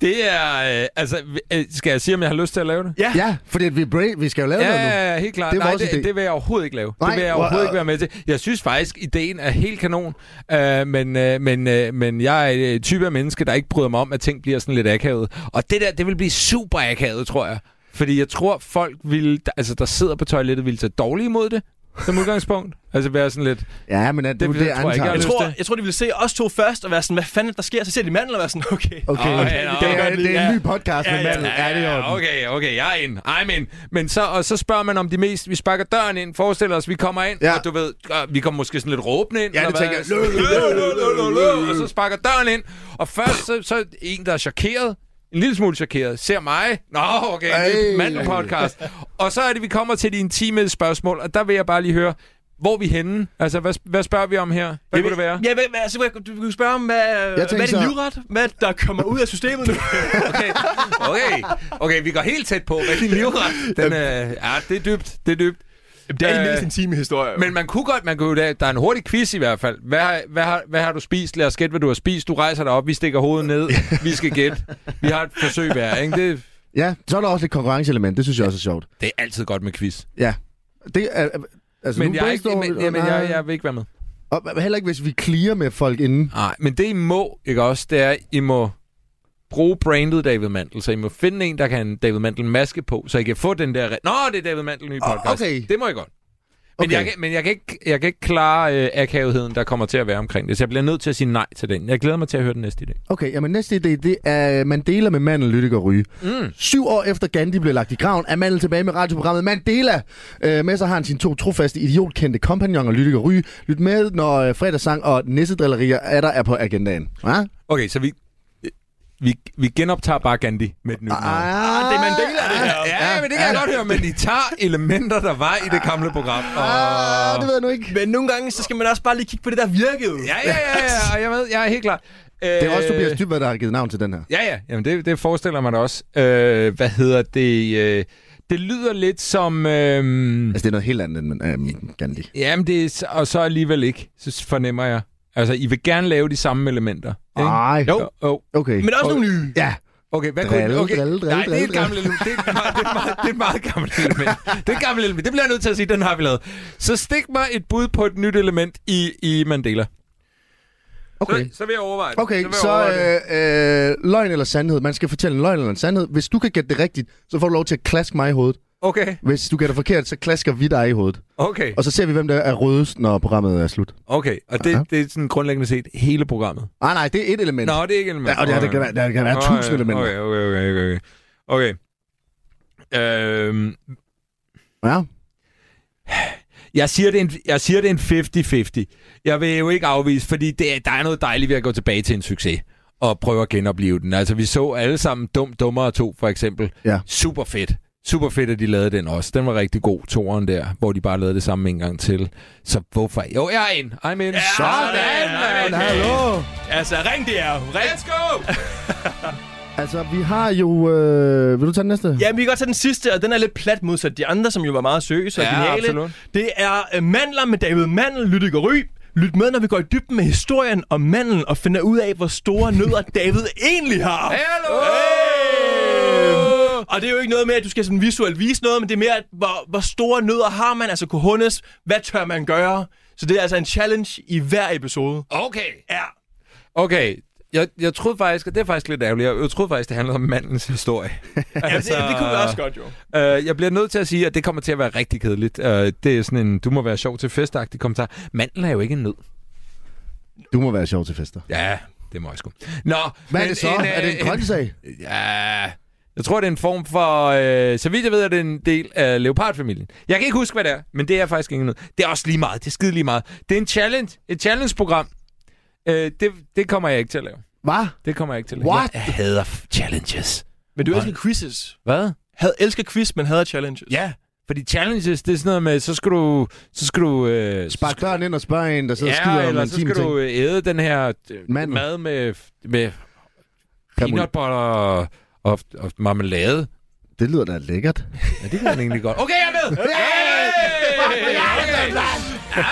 Det er, øh, altså, øh, skal jeg sige, om jeg har lyst til at lave det?
ja.
Ja, fordi at vi, bra- vi skal jo lave
Ja,
noget nu.
ja, ja, helt klart.
Det er
Nej,
vores idé.
det, det vil jeg overhovedet ikke lave.
Nej,
det vil jeg
hvor-
overhovedet ikke være med til. Jeg synes faktisk, ideen er helt kanon, øh, men, øh, men, øh, men jeg er et type af menneske, der ikke bryder mig om, at ting bliver sådan lidt akavet. Og det der, det vil blive super akavet, tror jeg. Fordi jeg tror, folk vil, der, altså, der sidder på toilettet, vil tage dårligt imod det som udgangspunkt. Altså være sådan lidt...
Ja, men at
Det
du
bliver-
det
tror jeg ikke,
antager.
jeg
Jeg
har
tror,
lyst til.
jeg tror, de ville se os to først og være sådan, hvad fanden er der sker? Så ser de manden og være sådan, okay.
Okay,
Åh, ja,
okay.
nå,
det,
godt
er,
lige.
det er en
Ja.
ny podcast med
Ja, ja,
Mandel. Ja, det er i orden.
okay, okay, jeg er ind. I'm in. Men så, og så spørger man om de mest... Vi sparker døren ind, forestiller os, vi kommer ind,
Ja.
og du ved, øh, vi kommer måske sådan lidt råbende ind.
Ja,
eller
det
hvad?
tænker jeg.
Lø, lø, lø, lø, lø. Og så sparker døren ind, og først så, så er en, der er chokeret, en lille smule chokeret, ser mig. Nå, okay, det
Ej.
er mandelpodcast. Og så er det, vi kommer til de intime spørgsmål, og der vil jeg bare lige høre, hvor er vi henne? Altså, hvad, hvad spørger vi om her? Hvad kunne det være?
Ja, hvad, hvad, altså, hvad- du kan spørge om, hvad, hvad er
tænkte
din
så-
livret? Hvad der kommer ud af systemet nu?
Okay. okay, okay, vi går helt tæt på. Hvad er din livret? Den, øh, ja, det er dybt, det er dybt.
Jamen, det er de
Øh,
mest intime historier. jo.
Men man kunne godt, man kunne jo da, der er en hurtig quiz i hvert fald. Hvad, har- hvad, har, hvad har du spist? Lad os gætte, hvad du har spist. Du rejser dig op, vi stikker hovedet ned, vi skal gætte. Vi har et forsøg hver, ikke? Det,
Ja, så er der også et konkurrenceelement. Det synes jeg også er sjovt.
det er altid godt med quiz.
Ja. Det er... Altså,
Men
nu
jeg, er ikke,
brainstormer
men,
vi-
jamen,
nej.
jeg, jeg vil ikke være med.
Og heller ikke, hvis vi clear med folk inden.
Nej, men det I må, ikke også, det er, I må bruge brandet David Mandel, så I må finde en, der kan have en David Mandel maske på, så I kan få den der... re- Nå, det er David Mandel nye
Åh,
podcast.
okay.
Det må I godt. Men,
Okay.
Ah, okay. jeg, kan- men jeg, kan ikke, jeg kan ikke klare øh, akavetheden, der kommer til at være omkring det, så jeg bliver nødt til at sige nej til den. Jeg glæder mig til at høre den næste i dag.
Okay, jamen næste idé, det er øh, Mandela med Mandel, Lytik og Ryge. Mm. Syv år efter Gandhi blev lagt i graven, er Mandel tilbage med radioprogrammet Mandela. Øh, med sig har han sine to trofaste, idiotkendte kompagnoner, Lytik og Ryge. Lyt med, når øh, fredagssang og nissedrillerier er der er på agendaen. Hva? Ah,
Okay, så vi, vi, vi genoptager bare Gandhi med den nye ah,
det
er Mandela, det her.
Ja, men det kan jeg godt høre, men I tager elementer, der var i det gamle program.
Ah,
Og...
det ved jeg nu ikke.
Men nogle gange, så skal man også bare lige kigge på det, der virkede.
Ja, ja, ja, ja, og jeg ved, jeg er helt klar.
Det er også Tobias Dybvad, der har givet navn til den her.
Ja, ja, jamen det, det forestiller man da også. Øh, hvad hedder det? Øh, det lyder lidt som... Øh,
Altså, det er noget helt andet end øh, Gandhi.
jamen, det er, s- og så alligevel ikke, så fornemmer jeg. Altså, I vil gerne lave de samme elementer. Ikke?
Ej.
Jo, jo.
Okay.
Men også
Og-
nogle nye.
Ja,
Okay, hvad
Drille,
kunne... Okay.
drille, drille,
Nej, det er et
drille,
gammelt element. Det er et meget, det er et meget, det er et meget gammelt element. Det er et gammelt element. Det bliver jeg nødt til at sige, den har vi lavet. Så stik mig et bud på et nyt element i, i Mandela.
okay.
Så, så vil jeg overveje det.
Okay,
vil jeg
så
overveje det.
øh, øh, løgn eller sandhed. Man skal fortælle en løgn eller en sandhed. Hvis du kan gætte det rigtigt, så får du lov til at klaske mig i hovedet.
Okay,
Hvis du gætter forkert, så klasker vi dig i hovedet.
okay,
Og så ser vi, hvem der er rødest, når programmet er slut.
okay. Og
Aha.
det, det er sådan grundlæggende set hele programmet.
Nej, Ah, nej, det er et element.
Nå, det er ikke element.
Ja, og det, der, kan være, der kan være
Nå,
tusind
ja.
elementer.
Okay, okay, okay, okay. Okay. Øhm,
Ja.
jeg siger, det er en, jeg siger, det er en 50-50. Jeg vil jo ikke afvise, fordi det, er- der er noget dejligt ved at gå tilbage til en succes og prøve at genopleve den. Altså, vi så alle sammen Dum Dummere 2, for eksempel.
Ja.
Super fedt. Super fedt, at de lavede den også. Den var rigtig god, toeren der, hvor de bare lavede det samme en gang til. Så hvorfor? Jo, jeg er in. I'm in. Ja,
sådan,
man.
mand.
Hallo.
Altså, ring det er jo. Ring.
Let's go.
Altså, vi har jo... Øh, vil du tage den næste?
Ja, vi kan godt tage den sidste, og den er lidt plat modsat de andre, som jo var meget seriøse og
Ja,
geniale.
absolut.
Det er uh, Mandler med David Mandel, Lydik og Ry. Lyt med, når vi går i dybden med historien om mandlen og finder ud af, hvor store nødder David egentlig har.
Hallo.
Øhm, Og det er jo ikke noget med, at du skal sådan visuelt vise noget, men det er mere, at hvor, hvor store nødder har man, altså kohundes, hvad tør man gøre? Så det er altså en challenge i hver episode.
Okay.
Ja.
Okay, jeg, jeg troede faktisk, og det er faktisk lidt ærgerligt, jeg, jeg troede faktisk, det handlede om mandens historie.
Altså, ja, det, det kunne være også godt, jo.
Øh, jeg bliver nødt til at sige, at det kommer til at være rigtig kedeligt. Øh, det er sådan en, du må være sjov til festagtig kommentar. Mandel er jo ikke en nød.
Du må være sjov til fester.
Ja, det må jeg sgu. Nå,
Hvad er
men øh,
det så? er det en grøntsag?
Ja, jeg tror, det er en form for... Øh, så vidt jeg ved, er det en del af leopardfamilien. Jeg kan ikke huske, hvad det er, men det er faktisk ikke noget. Det er også lige meget. Det er skide lige meget. Det er en challenge. Et challenge-program. Øh, det, det kommer jeg ikke til at lave.
Hvad?
Det kommer jeg ikke til at lave.
What?
Jeg hader f- challenges.
Men du elsker quizzes.
Hvad?
Had, elsker quiz, men hader challenges.
Ja, fordi challenges, det er sådan noget med, så skal du... Så skal du øh,
Spark døren ind og spørg en, der sidder og
Ja,
skider om
eller så
intime
skal
ting.
du øh, æde den her øh,
Mandel.
mad med, med
Kan man-
peanut butter og, og, og marmelade.
Det lyder da lækkert.
Ja, det kan han egentlig godt. Okay, jeg er med! Hey!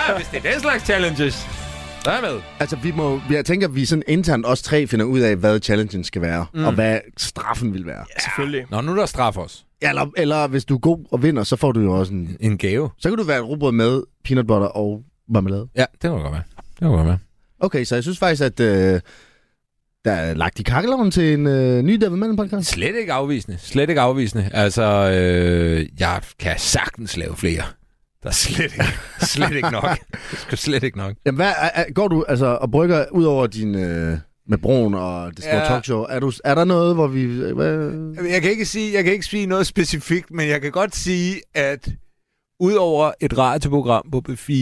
Ja, hvis det er den slags challenges, så er jeg med.
Altså, vi må, jeg tænker, at vi sådan internt os tre finder ud af, hvad challengen skal være, mm. og hvad straffen vil være.
Selvfølgelig.
Nå, nu er der straf os.
Ja. Eller, eller hvis du er god og vinder, så får du jo også en...
En gave.
Så kan du være et rugbrød med peanut butter og marmelade.
Ja, det må godt være. Det må godt være.
Okay, så jeg synes faktisk, at øh, der er lagt i kakkeloven til en øh, ny David Mellem podcast.
Slet ikke afvisende. Slet ikke afvisende. Altså, øh, jeg kan sagtens lave flere. Der er slet ikke, slet ikke nok. Det er sgu slet ikke nok.
Jamen, hvad, er, er, går du altså og brygger ud over din... Øh, med broen og det store
Ja.
ja. talkshow. Er, du, er der noget, hvor vi... øh, Hvad?
Jamen, Jeg kan ikke sige, jeg kan ikke sige noget specifikt, men jeg kan godt sige, at udover et radioprogram på B4,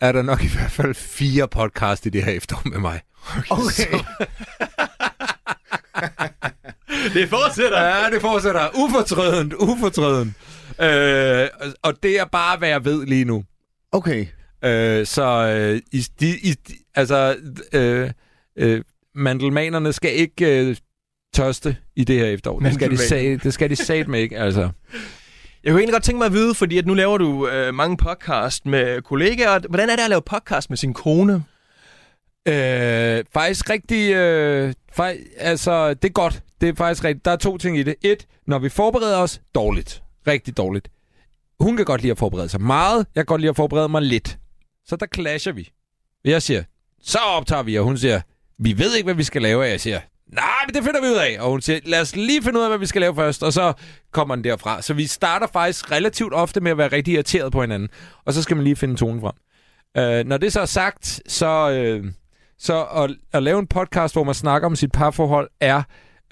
er der nok i hvert fald fire podcast i det her efterår med mig.
Okay.
Det fortsætter.
Ja, det fortsætter. Ufortrødent, ufortrødent. Øh, og det er bare, hvad jeg ved lige nu.
okay.
Øh, så øh, i, de, i, de, altså, øh, øh, mandelmanerne skal ikke øh, tørste i det her efterår. Det skal de,
Mandelmanerne.
sag, det skal de satme ikke, altså.
Jeg kunne egentlig godt tænke mig at vide, fordi at nu laver du øh, mange podcast med kollegaer. Hvordan er det at lave podcast med sin kone?
Øh, faktisk rigtig... Øh, fej, altså, det er godt. Det er faktisk rigtigt. Der er to ting i det. Et, når vi forbereder os, dårligt. Rigtig dårligt. Hun kan godt lide at forberede sig meget. Jeg kan godt lide at forberede mig lidt. Så der clasher vi. Jeg siger, så optager vi, og hun siger, vi ved ikke, hvad vi skal lave, og jeg siger, nej, men det finder vi ud af. Og hun siger, lad os lige finde ud af, hvad vi skal lave først, og så kommer den derfra. Så vi starter faktisk relativt ofte med at være rigtig irriteret på hinanden, og så skal man lige finde tonen frem. Øh, når det så er sagt, så, øh, så at, at lave en podcast, hvor man snakker om sit parforhold, er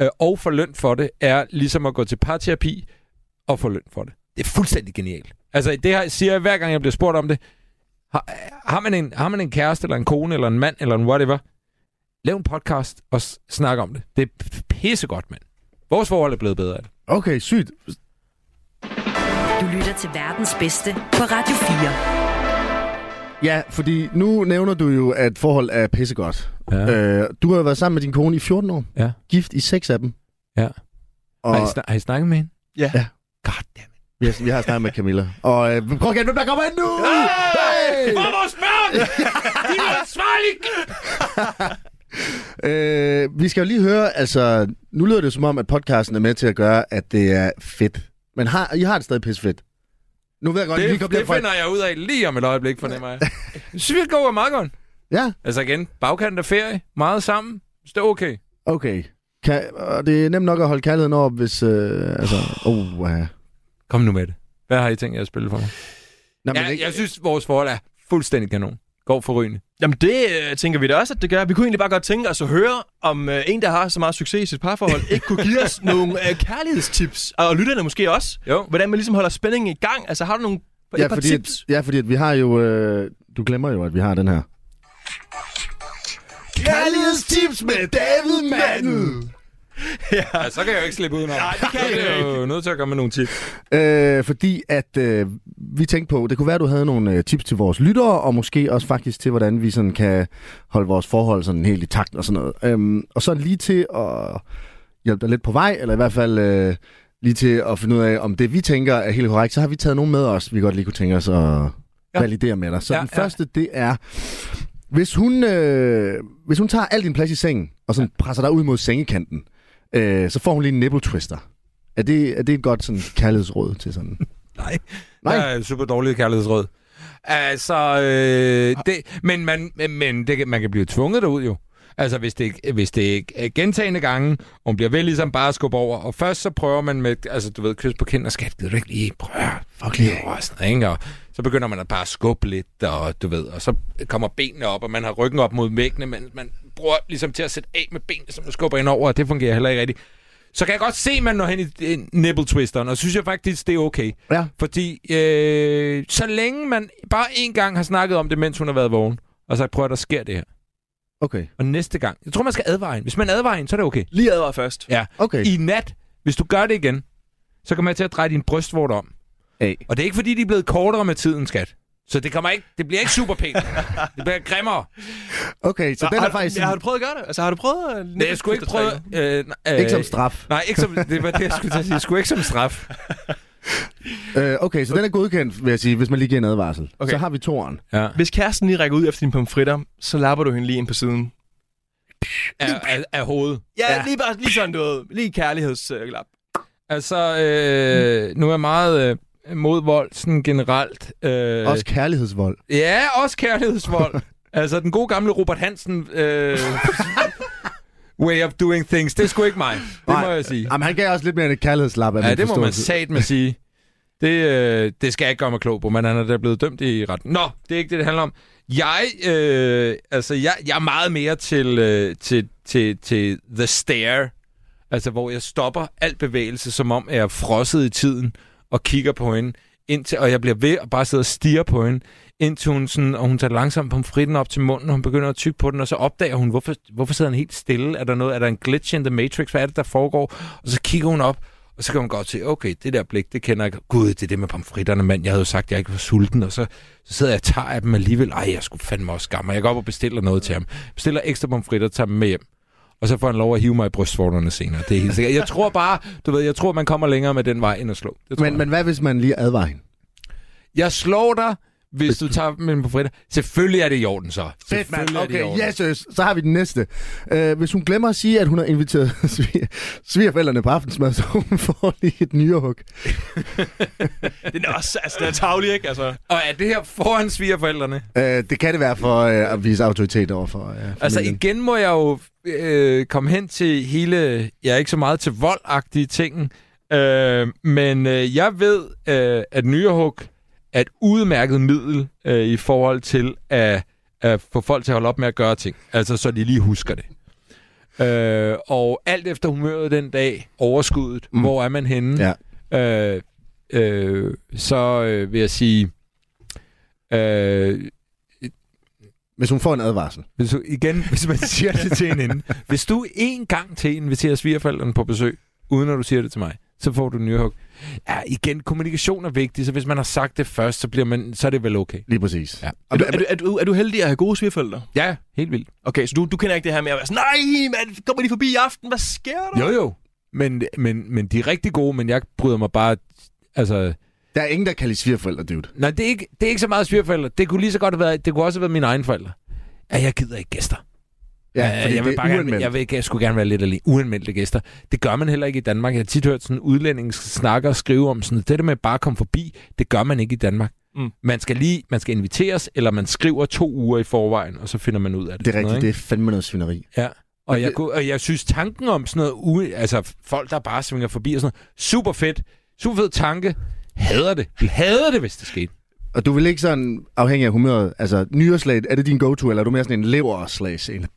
øh, og få løn for det, er ligesom at gå til parterapi og få løn for det. Det er fuldstændig genialt. Altså, det her siger jeg hver gang, jeg bliver spurgt om det. Har, har, man en, har man en kæreste, eller en kone, eller en mand, eller en whatever, lav en podcast og s- snak om det. Det er pissegodt, mand. Vores forhold er blevet bedre af det.
Okay, sygt.
Du lytter til verdens bedste på Radio 4.
Ja, fordi nu nævner du jo, at forhold er pissegodt.
Ja.
Øh, du har jo været sammen med din kone i 14 år.
Ja.
Gift i seks af dem.
Ja.
Og
Har, I snak- har I snakket med hende?
Ja.
Ja.
Goddammit.
vi, har, vi har snakket med Camilla. Og øh, prøv at gætte, hvem der kommer ind nu! Hey!
For vores børn! De er ansvarlige!
Øh, vi skal jo lige høre, altså, nu lyder det som om, at podcasten er med til at gøre, at det er fedt. Men har, I har det stadig pissefedt. Nu ved jeg godt, at vi
Det,
kom
det
derfra.
finder jeg ud af lige om et øjeblik, fornemmer jeg. Jeg synes, vi går meget godt.
Ja,
Altså igen, bagkant af ferie, meget sammen. Så det er okay.
okay. Kan, og det er nemt nok at holde kærligheden op, hvis... Øh, altså, oh, uh.
Kom nu med det. Hvad har I tænkt jer at spille for mig?
Nå, men
Ja, jeg synes, vores forhold er fuldstændig kanon. Går forrygende.
Jamen det øh, tænker vi da også, at det gør. Vi kunne egentlig bare godt tænke os at høre, om øh, en, der har så meget succes i sit parforhold, ikke kunne give os nogle øh, kærlighedstips. Og lytterne måske også.
Jo.
Hvordan man ligesom holder spændingen i gang. Altså har du nogle et
ja,
par
fordi,
tips?
at, ja, fordi at vi har jo... Øh, du glemmer jo, at vi har den her. Kærlighedstips med David Mandel!
Ja, så kan jeg jo ikke slippe udenom. Nej,
det kan jeg
jeg jo nødt til at komme med nogle tips.
Øh, fordi at øh, vi tænkte på, det kunne være, at du havde nogle øh, tips til vores lyttere, og måske også faktisk til, hvordan vi sådan kan holde vores forhold sådan helt i takt og sådan noget. Øhm, og så lige til at hjælpe dig lidt på vej, eller i hvert fald øh, lige til at finde ud af, om det vi tænker er helt korrekt, så har vi taget nogen med os, vi godt lige kunne tænke os at
Ja.
ja. validere med dig. Så
Ja,
ja, den
ja.
første, det er, hvis hun, øh, hvis hun tager al din plads i sengen, og sådan ja. presser dig ud mod sengekanten, øh, så får hun lige en nipple twister. Er det, er det et godt sådan, kærlighedsråd til sådan?
Nej.
Nej.
Jeg er super dårlig kærlighedsråd. Altså, øh, det, men, man, men det, kan- man kan blive tvunget derud jo. Altså, hvis det, ikke- hvis det ikke er gentagende gange, og man bliver vel ligesom bare at skubbe over, og først så prøver man med, altså du ved, kys på kind og skat, gider du ikke lige prøve, fuck lige over og sådan noget, ikke? Og Så begynder man at bare skubbe lidt, og du ved, og så kommer benene op, og man har ryggen op mod væggene, men man bruger ligesom til at sætte af med benene, som man skubber ind over, og det fungerer heller ikke rigtigt. Så kan jeg godt se, at man når hen i i nipple-twisteren, og synes jeg faktisk, det er okay.
Ja.
Fordi øh, så længe man bare en gang har snakket om det, mens hun har været vågen, og sagt, prøv at der sker det her.
Okay.
Og næste gang, jeg tror, man skal advare hende. Hvis man advarer hende, så er det okay.
Lige advaret først.
Ja.
Okay.
I nat, hvis du gør det igen, så kommer jeg til at dreje din brystvort om.
Hey.
Og det er ikke, fordi de er blevet kortere med tiden, skat. Så det, kommer ikke, det bliver ikke super pænt. det bliver grimmere.
Okay, så den
har,
er faktisk...
ja, har du prøvet at gøre det? Altså, har du prøvet... at-
Nej, jeg skulle ikke prøve... Øh, nej, øh,
Ikke som straf.
Nej, ikke som, det var det, jeg skulle til at sige. Jeg skulle ikke som straf.
Øh, okay, så den er godkendt, vil jeg sige, hvis man lige giver en advarsel.
Okay.
Okay. Så har vi toren.
Ja.
Hvis kæresten lige rækker ud efter dine pomfritter, så lapper du hende lige ind på siden.
Af, af, af hovedet.
Ja, ja. lige bare lige sådan, du ved. Lige øh, kærlighedslap.
Altså, øh, nu er jeg meget øh, mod vold sådan generelt. Øh,
Øh. Også kærlighedsvold.
Ja, også kærlighedsvold. altså, den gode gamle Robert Hansen... Øh, way of doing things. Det er sgu ikke mig. Det må
Nej.
jeg sige.
Jamen, han gav også lidt mere end et kærlighedslap af
Ja,
min
det må man
forståelse.
sat med sige. Det, øh, det skal jeg ikke gøre mig klog på, men han er da blevet dømt i retten. Nå, det er ikke det, det handler om. Jeg, øh, altså, jeg, jeg er meget mere til, øh, til, til, til the stare, altså hvor jeg stopper al bevægelse, som om jeg er frosset i tiden og kigger på hende, indtil, og jeg bliver ved at bare sidde og stirre på hende, indtil hun sådan, og hun tager langsomt pomfritten op til munden, og hun begynder at tykke på den, og så opdager hun, hvorfor, hvorfor sidder han helt stille? Er der noget? Er der en glitch in the matrix? Hvad er det, der foregår? Og så kigger hun op, og så kan hun godt se, okay, det der blik, det kender jeg ikke. Gud, det er det med pomfritterne, mand. Jeg havde jo sagt, at jeg ikke var sulten, og så, så sidder jeg og tager af dem alligevel. Ej, jeg skulle fandme også skamme. mig. Jeg går op og bestiller noget til ham. Bestiller ekstra pomfritter, tager dem med hjem. Og så får han lov at hive mig i brystvorterne senere. Det er helt sikkert. Jeg tror bare, du ved, jeg tror, man kommer længere med den vej, end at slå. Det tror
Men,
jeg.
men hvad hvis man lige advarer hende?
jeg slår dig, hvis du tager min pomfritter. Selvfølgelig er det i orden, så.
Fedt, mand.
Selvfølgelig er det i
Okay,
orden.
yes, yes. Så har vi den næste. Uh, hvis hun glemmer at sige, at hun har inviteret sviger, svigerforældrene på aftensmad, så hun får lige et nyrehug.
Det er også, altså, det er tavlig, ikke? Altså,
Og er det her foran svigerforældrene?
Uh, det kan det være for uh, at vise autoritet over for uh,
Altså
familien.
igen må jeg jo øh, komme hen til hele, jeg er ikke så meget til voldagtige ting, øh, men øh, jeg ved, øh, at nyrehug er et udmærket middel øh, i forhold til at, at få folk til at holde op med at gøre ting, altså så de lige husker det. Øh, og alt efter humøret den dag, overskuddet, mm. hvor er man henne,
Ja.
øh, øh, så øh, vil jeg sige, øh,
Hvis hun får en advarsel.
hvis du, igen, hvis man siger det til en inden. Hvis du en gang til inviterer svigerforældrene på besøg, uden at du siger det til mig, så får du en nyhug. Ja, igen, kommunikation er vigtig, så hvis man har sagt det først, så, bliver man, så er det vel okay.
Lige præcis.
Ja.
er, du, er, du, er, du, er du heldig at have gode svigerforældre?
Ja, helt vildt.
Okay, så du, du kender ikke det her med at være sådan, nej, mand, kommer de forbi i aften, hvad sker der?
Jo, jo. Men, men, men de er rigtig gode, men jeg bryder mig bare... Altså,
Der er ingen, der kan lide svigerforældre, dude.
nej, det er, ikke, det er ikke så meget svigerforældre. Det kunne lige så godt have været... Det kunne også have været mine egne forældre. Ja, jeg gider ikke gæster. Ja,
fordi
Øh, jeg, vil
det er
bare gerne,
uanmeldt.
jeg, vil, ikke- jeg skulle gerne være lidt alene. Uanmeldte gæster. Det gør man heller ikke i Danmark. Jeg har tit hørt sådan udlændinge snakke og skrive om sådan noget. Det der med bare at komme forbi, det gør man ikke i Danmark.
Mm.
Mm. Man skal lige, man skal inviteres, eller man skriver to uger i forvejen, og så finder man ud af det.
Det er
Sådan
rigtigt,
noget,
det er fandme noget svineri.
ikke? Ja. Og jeg, kunne, og jeg synes, tanken om sådan noget, ude, altså folk, der bare svinger forbi og sådan noget, super fedt, super fed tanke, hader det. Hader det, hvis det skete.
Og du vil ikke sådan, afhængig af humøret, altså nyreslag, er det din go-to, eller er du mere sådan en leverslag scene?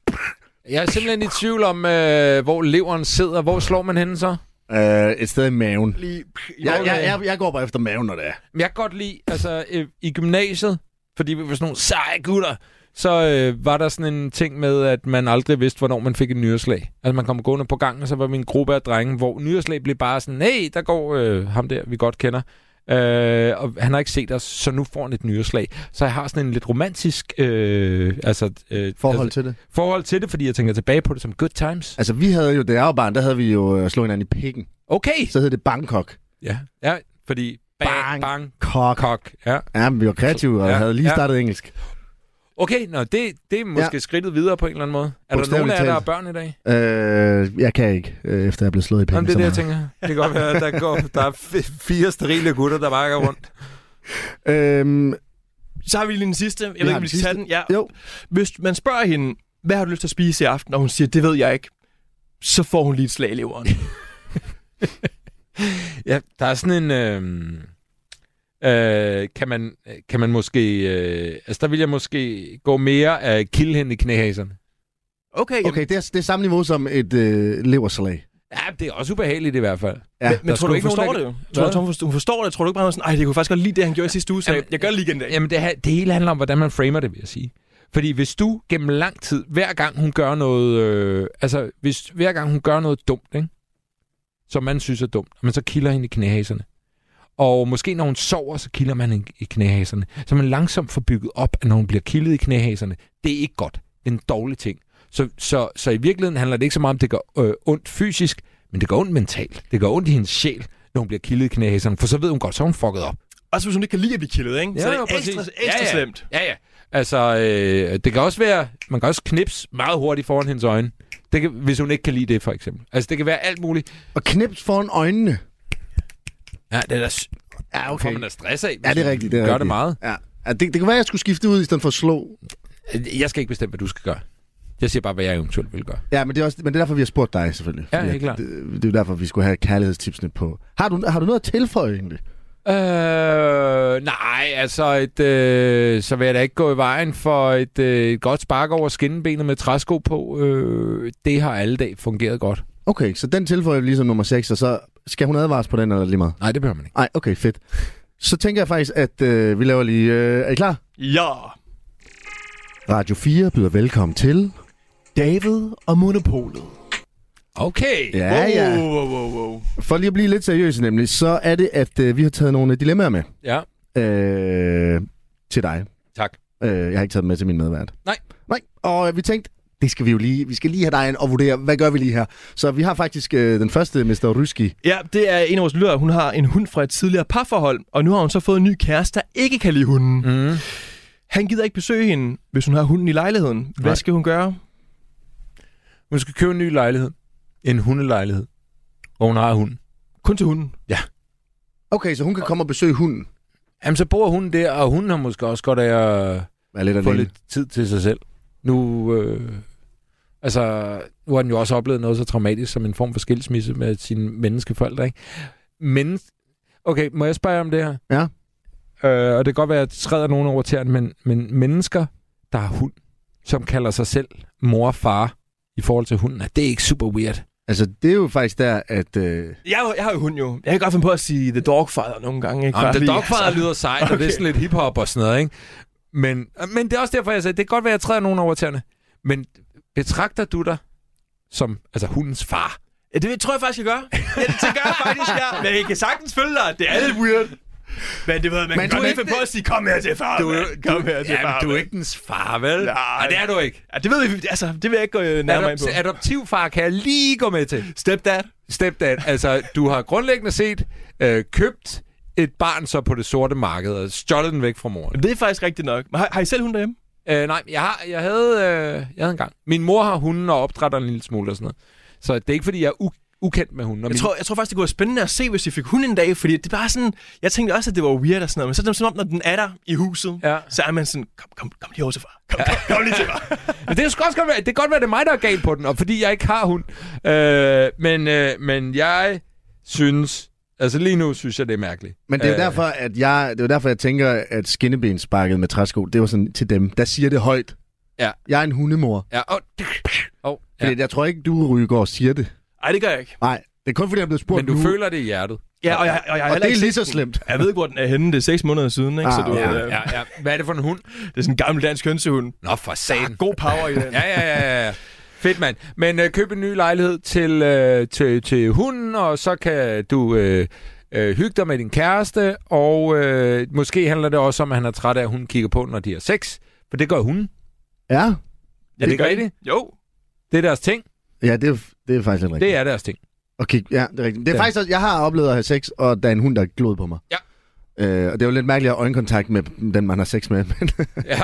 Jeg er simpelthen i tvivl om, øh, hvor leveren sidder. Hvor slår man hende så?
Uh, et sted i maven.
Lige,
Jeg, jeg, jeg, jeg, går bare efter maven, når det er.
Men jeg kan godt lide, altså øh, i gymnasiet, fordi vi var sådan nogle seje gutter, så øh, var der sådan en ting med, at man aldrig vidste, hvornår man fik et nyreslag. Altså man kom gående på gangen, og så var vi en gruppe af drenge, hvor nyreslag blev bare sådan, nej, der går øh, ham der, vi godt kender. Øh, og han har ikke set os, så nu får han et nyreslag. Så jeg har sådan en lidt romantisk øh, altså, øh,
Forhold
altså,
til det.
forhold til det, fordi jeg tænker tilbage på det som good times.
Altså, vi havde jo, da jeg var barn, der havde vi jo øh, slået hinanden i pikken.
Okay!
Så hed det Bangkok.
Ja, ja fordi bang, bang, bang
Kok.
kok. Ja.
Ja, men vi var kreative og
Ja,
ja, havde lige
ja.
startet engelsk.
Okay, nå, det, det er måske ja. skridtet videre på en eller anden måde. Er der
Bogstaveligt
nogen af jer, der er
talt.
børn i dag?
Øh, jeg kan ikke, øh, efter jeg er blevet slået i pikken.
Jamen, det er
så
det, jeg
meget.
tænker. Det kan godt være, at der, går, der er f- fire sterile gutter, der bare går rundt.
Øhm,
Så har vi lige den sidste. Jeg ved
har
ikke, om
den
vi skal tage
sidste.
den. Ja.
jo,
Hvis man spørger hende, hvad har du lyst til at spise i aften, og hun siger, det ved jeg ikke, så får hun lige et slag i leveren.
Ja, der er sådan en... Øh, øh, kan, man, kan man måske... Øh, altså, der vil jeg måske gå mere af kilde hende i knæhaserne.
Okay, okay.
Okay, det er, det er samme niveau som et øh, leversalat.
Ja, det er også ubehageligt i hvert fald.
Ja.
Men, men tror
Der skulle
du ikke,
ikke
hun forstår det
nogen, der-
jo? Tror du, hun forstår, hun forstår det? Tror du ikke bare, hun er sådan, ej, det kunne faktisk godt lide det, han gjorde i sidste uge, så
Jamen,
jeg gør det lige igen i dag.
Jamen, det, her- det hele handler om, hvordan man framer det, vil jeg sige. Fordi hvis du gennem lang tid, hver gang hun gør noget... Øh, altså, hvis, hver gang hun gør noget dumt, ikke? Som man synes er dumt, men så kilder hende i knæhaserne. Og måske når hun sover, så kilder man hende i knæhaserne. Så man langsomt får bygget op, at når hun bliver kildet i knæhaserne, det er ikke godt. Det er en dårlig ting. Så, så, så i virkeligheden handler det ikke så meget om, at det gør øh, ondt fysisk, men det gør ondt mentalt. Det gør ondt i hendes sjæl, når hun bliver kildet i knæhaserne. For så ved hun godt, så er hun fucket op.
Også hvis hun ikke kan lide at blive kildet, ikke? så er det ekstra, ekstra
ja, ja.
slemt.
Ja, ja. Altså, øh, det kan også være, man kan også knipse meget hurtigt foran hendes øjne. Det kan, hvis hun ikke kan lide det, for eksempel. Altså, det kan være alt muligt.
Og knips foran øjnene.
Ja, det er da s-
Ja,
får man da stress af, hvis
Ja, det er
hun
rigtigt. Det er
gør
rigtigt.
det meget.
Ja. Ja, det, det kan være, at jeg skulle skifte ud, i stedet for at slå.
Jeg skal ikke bestemme, hvad du skal gøre. Jeg siger bare, hvad jeg eventuelt vil gøre.
Ja, men det er, også, men det er derfor, vi har spurgt dig, selvfølgelig.
Ja,
Fordi
helt
at
klart.
Det, det er jo derfor, vi skulle have kærlighedstipsene på. Har du, har du noget at tilføje, egentlig?
Øh, nej, altså, et, øh, så vil jeg da ikke gå i vejen for et, øh, et godt spark over skinnebenet med træsko på. Øh, det har alle dage fungeret godt.
Okay, så den tilføjer vi ligesom nummer 6, og så skal hun advares på den, eller er det lige meget?
Nej, det behøver man ikke.
Nej, okay, fedt. Så tænker jeg faktisk, at øh, vi laver lige... Øh, er I klar?
Ja.
Radio 4 byder velkommen til...
David og Monopolet.
Okay.
Ja, ja.
Wow, wow, wow, wow.
For lige at blive lidt seriøse nemlig, så er det, at øh, vi har taget nogle øh, dilemmaer med
ja.
øh, til dig.
Tak.
Øh, jeg har ikke taget dem med til min medvært.
Nej.
Nej, og øh, vi tænkte, det skal vi jo lige, vi skal lige have dig ind og vurdere, hvad gør vi lige her? Så vi har faktisk øh, den første, Mr. Ryski.
Ja, det er en af vores lyttere. Hun har en hund fra et tidligere parforhold, og nu har hun så fået en ny kæreste, der ikke kan lide hunden. Mm.
Mm.
Han gider ikke besøge hende, hvis hun har hunden i lejligheden. Hvad
Nej.
skal hun gøre?
Hun skal købe en ny lejlighed. En hundelejlighed. Og hun har hunden.
Kun til hunden.
Okay, så hun kan komme og besøge hunden.
Jamen, så bor hun der, og hun har måske også godt af at
Vær lidt
få
alene.
lidt tid til sig selv. Nu, øh, altså, nu har den jo også oplevet noget så traumatisk som en form for skilsmisse med sine menneskeforældre, ikke? Men, okay, må jeg spørge jer om det her?
Ja.
Øh, og det kan godt være, at jeg træder nogen over tæerne, men, men mennesker, der har hund, som kalder sig selv mor og far i forhold til hunden, det er ikke super weird.
Altså, det er jo faktisk der, at... Øh,
Jeg, er jo- jeg har jo hund jo. Jeg kan godt finde på at sige The Dogfather nogle gange. Ikke?
Jamen,
Bare
The
lige, Altså,
Dogfather lyder sejt, okay. og det er sådan lidt hiphop og sådan noget, ikke? Men, men det er også derfor, jeg sagde, det kan godt være, at jeg træder nogen over tæerne. Men betragter du dig som altså hundens far?
Ja, det tror jeg faktisk, jeg gør. Ja, det, det gør jeg faktisk, ja. Men jeg kan sagtens følge dig. Det er lidt weird. Men det ved man,
Men
man
du
kan
er
godt lige
ikke-
finde på at sige, kom her til far, du, mand. Kom her til
ja,
far,
men du er
mand.
ikke dens far, vel?
Nej.
Nej, det er du ikke.
Ja, det ved vi, altså, det vil jeg ikke gå øh, nærmere ind
Adop-
på.
adoptivfar kan jeg lige gå med til.
Stepdad.
Stepdad, altså du har grundlæggende set øh, købt et barn så på det sorte marked og stjålet den væk fra moren.
Det er faktisk rigtigt nok. Men har, har I selv hund derhjemme?
Øh, nej, jeg, har, jeg, havde, øh, jeg havde en gang. Min mor har hunden og opdrætter en lille smule og sådan noget. Så det er ikke, fordi jeg er u- ukendt med hunden. Og
Jeg
min...
tror, jeg tror faktisk, det kunne være spændende at se, hvis I fik hund en dag, fordi det er bare sådan, jeg tænkte også, at det var weird og sådan noget, men så er det som om, når den er der i huset,
Ja.
så er man sådan, kom, kom, kom lige over til far. Kom, kom, kom lige til far.
Men det, skal også godt være, det kan godt være, det er mig, der er galt på den, og fordi jeg ikke har hund. Øh, men, øh, men jeg synes... Altså lige nu synes jeg, det er mærkeligt.
men det er jo
Øh,
derfor, at jeg, det er jo derfor, jeg tænker, at skinnebensparket med træsko, det var sådan til dem. Der siger det højt.
Ja.
Jeg er en hundemor.
Ja, og, og,
Fordi
ja.
jeg tror ikke, du, Rygaard, siger det.
Ej, det gør jeg ikke.
Nej, det er kun fordi, jeg er blevet spurgt
Men du
nu.
føler det i hjertet.
Ja, og jeg, og jeg har
Og
heller
det er
ikke
lige
set
så
den.
slemt.
Jeg ved ikke, hvor den er henne. Det er seks måneder siden, ikke? så
Ah,
du,
ja,
øh,
Ja, ja. Hvad er det for en hund?
det er sådan en gammel dansk hønsehund.
Nå, for satan.
God power i den.
Ja, ja, ja, ja. Fedt, mand. Men øh, køb en ny lejlighed til, øh, til, til hunden, og så kan du øh, øh, hygge dig med din kæreste, og øh, måske handler det også om, at han er træt af, at hun kigger på, når de har sex. For det gør hunden.
Ja,
Ja, det, det gør det.
Jo.
Det er deres ting.
ja det, er, det er faktisk lidt rigtigt.
Det er deres ting.
Okay, ja, det er rigtigt. Det er
Ja.
faktisk også, jeg har oplevet at have sex, og der er en hund, der glod på mig.
Ja.
Øh, og det er jo lidt mærkeligt at have øjenkontakt med den, man har sex med. Men
Ja,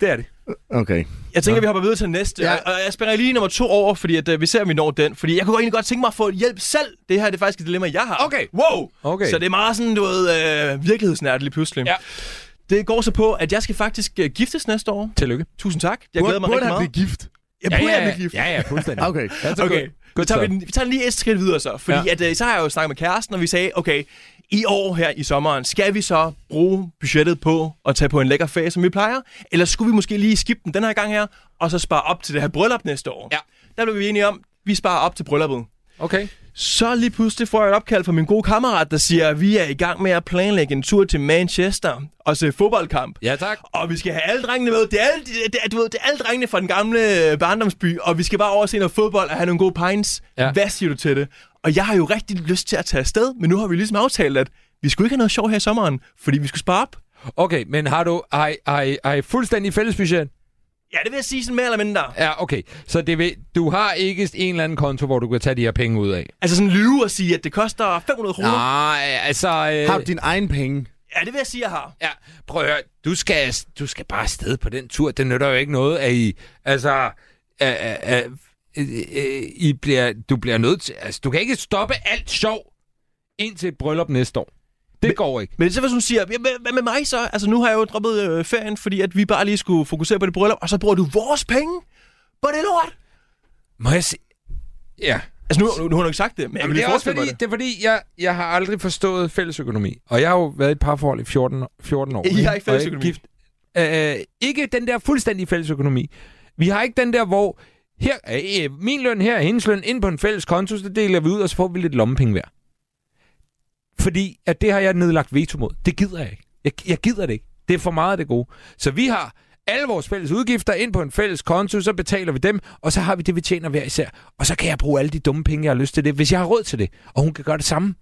det er det.
okay.
Jeg tænker, ja. vi hopper videre til næste. Ja.
Ja.
Og jeg spænder lige nummer to over, fordi at, uh, vi ser, om vi når den. Fordi jeg kunne egentlig godt tænke mig at få hjælp selv. Det her det er faktisk et dilemma, jeg har.
Okay.
Wow.
Okay.
Så det er meget sådan, du ved, øh, virkelighedsnært lige pludselig.
Ja.
Det går så på, at jeg skal faktisk øh, giftes næste år.
Tillykke.
Tusind tak. Jeg glæder mig rigtig
han
meget.
blive gift?
Jeg burde
ja,
have
ja,
blivet gift.
ja, ja, fuldstændig.
Okay.
Ja, så
Okay,
godt.
så
Godt
tager vi,
så.
den, vi tager den lige et skridt videre så. Fordi ja. at, øh, så har jeg jo snakket med kæresten, og vi sagde, okay, i år her i sommeren, skal vi så bruge budgettet på at tage på en lækker ferie, som vi plejer? Eller skulle vi måske lige skifte den den her gang her, og så spare op til det her bryllup næste år?
Ja.
Der blev vi enige om, vi sparer op til brylluppet.
Okay.
Så lige pludselig får jeg et opkald fra min gode kammerat, der siger, at vi er i gang med at planlægge en tur til Manchester og se fodboldkamp.
Ja, tak.
Og vi skal have alle drengene med. Det er alle, det, det, er- du ved, det er alle drengene fra den gamle øh, barndomsby, og vi skal bare over og se noget fodbold og have nogle gode pints.
Ja.
Ja. Hvad siger du til det? Og jeg har jo rigtig lyst til at tage afsted, men nu har vi ligesom aftalt, at vi skulle ikke have noget sjov her i sommeren, fordi vi skulle spare op.
Okay, men har du har, I- har, I- har I fuldstændig fælles budget?
Ja, det vil jeg sige sådan mere eller mindre.
Ja, okay. Så det vil, du har ikke en eller anden konto, hvor du kan tage de her penge ud af?
Altså sådan lyve og sige, at det koster 500 kroner. Ja.
Nej, altså... Øh,
Har du dine egne penge?
ja, det vil jeg sige, jeg har.
Ja, prøv at høre. Du skal, du skal bare afsted på den tur. Det nytter jo ikke noget, at I... Altså... Øh, øh, øh, øh, I bliver, du bliver nødt til... Altså, du kan ikke stoppe alt sjov indtil et bryllup næste år. Det Men, går ikke.
Men så hvis hun siger, "Ja, hvad hvad med mig så? Altså nu har jeg jo droppet øh, ferien, fordi at vi bare lige skulle fokusere på det bryllup, og så bruger du vores penge på det lort.
Må jeg se? Ja.
Altså nu, nu, nu har hun ikke sagt det, men jeg
Jamen,
kan
det
lige
er også
forestille
fordi,
mig det.
det er fordi jeg, jeg har aldrig forstået fællesøkonomi. Og jeg har jo været i et parforhold i 14, 14 år.
I har ikke
Og jeg er
fællesøkonomi?
gift. Øh, ikke den der fuldstændige fællesøkonomi. Vi har ikke den der, hvor her, er, øh, min løn her er hendes løn ind på en fælles konto, så deler vi ud, og så får vi lidt lommepenge hver. Fordi at det har jeg nedlagt veto mod. Det gider jeg ikke. Jeg, jeg gider det ikke. Det er for meget af det gode. Så vi har alle vores fælles udgifter ind på en fælles konto, så betaler vi dem, og så har vi det, vi tjener hver især. Og så kan jeg bruge alle de dumme penge, jeg har lyst til det, hvis jeg har råd til det. Og hun kan gøre det samme.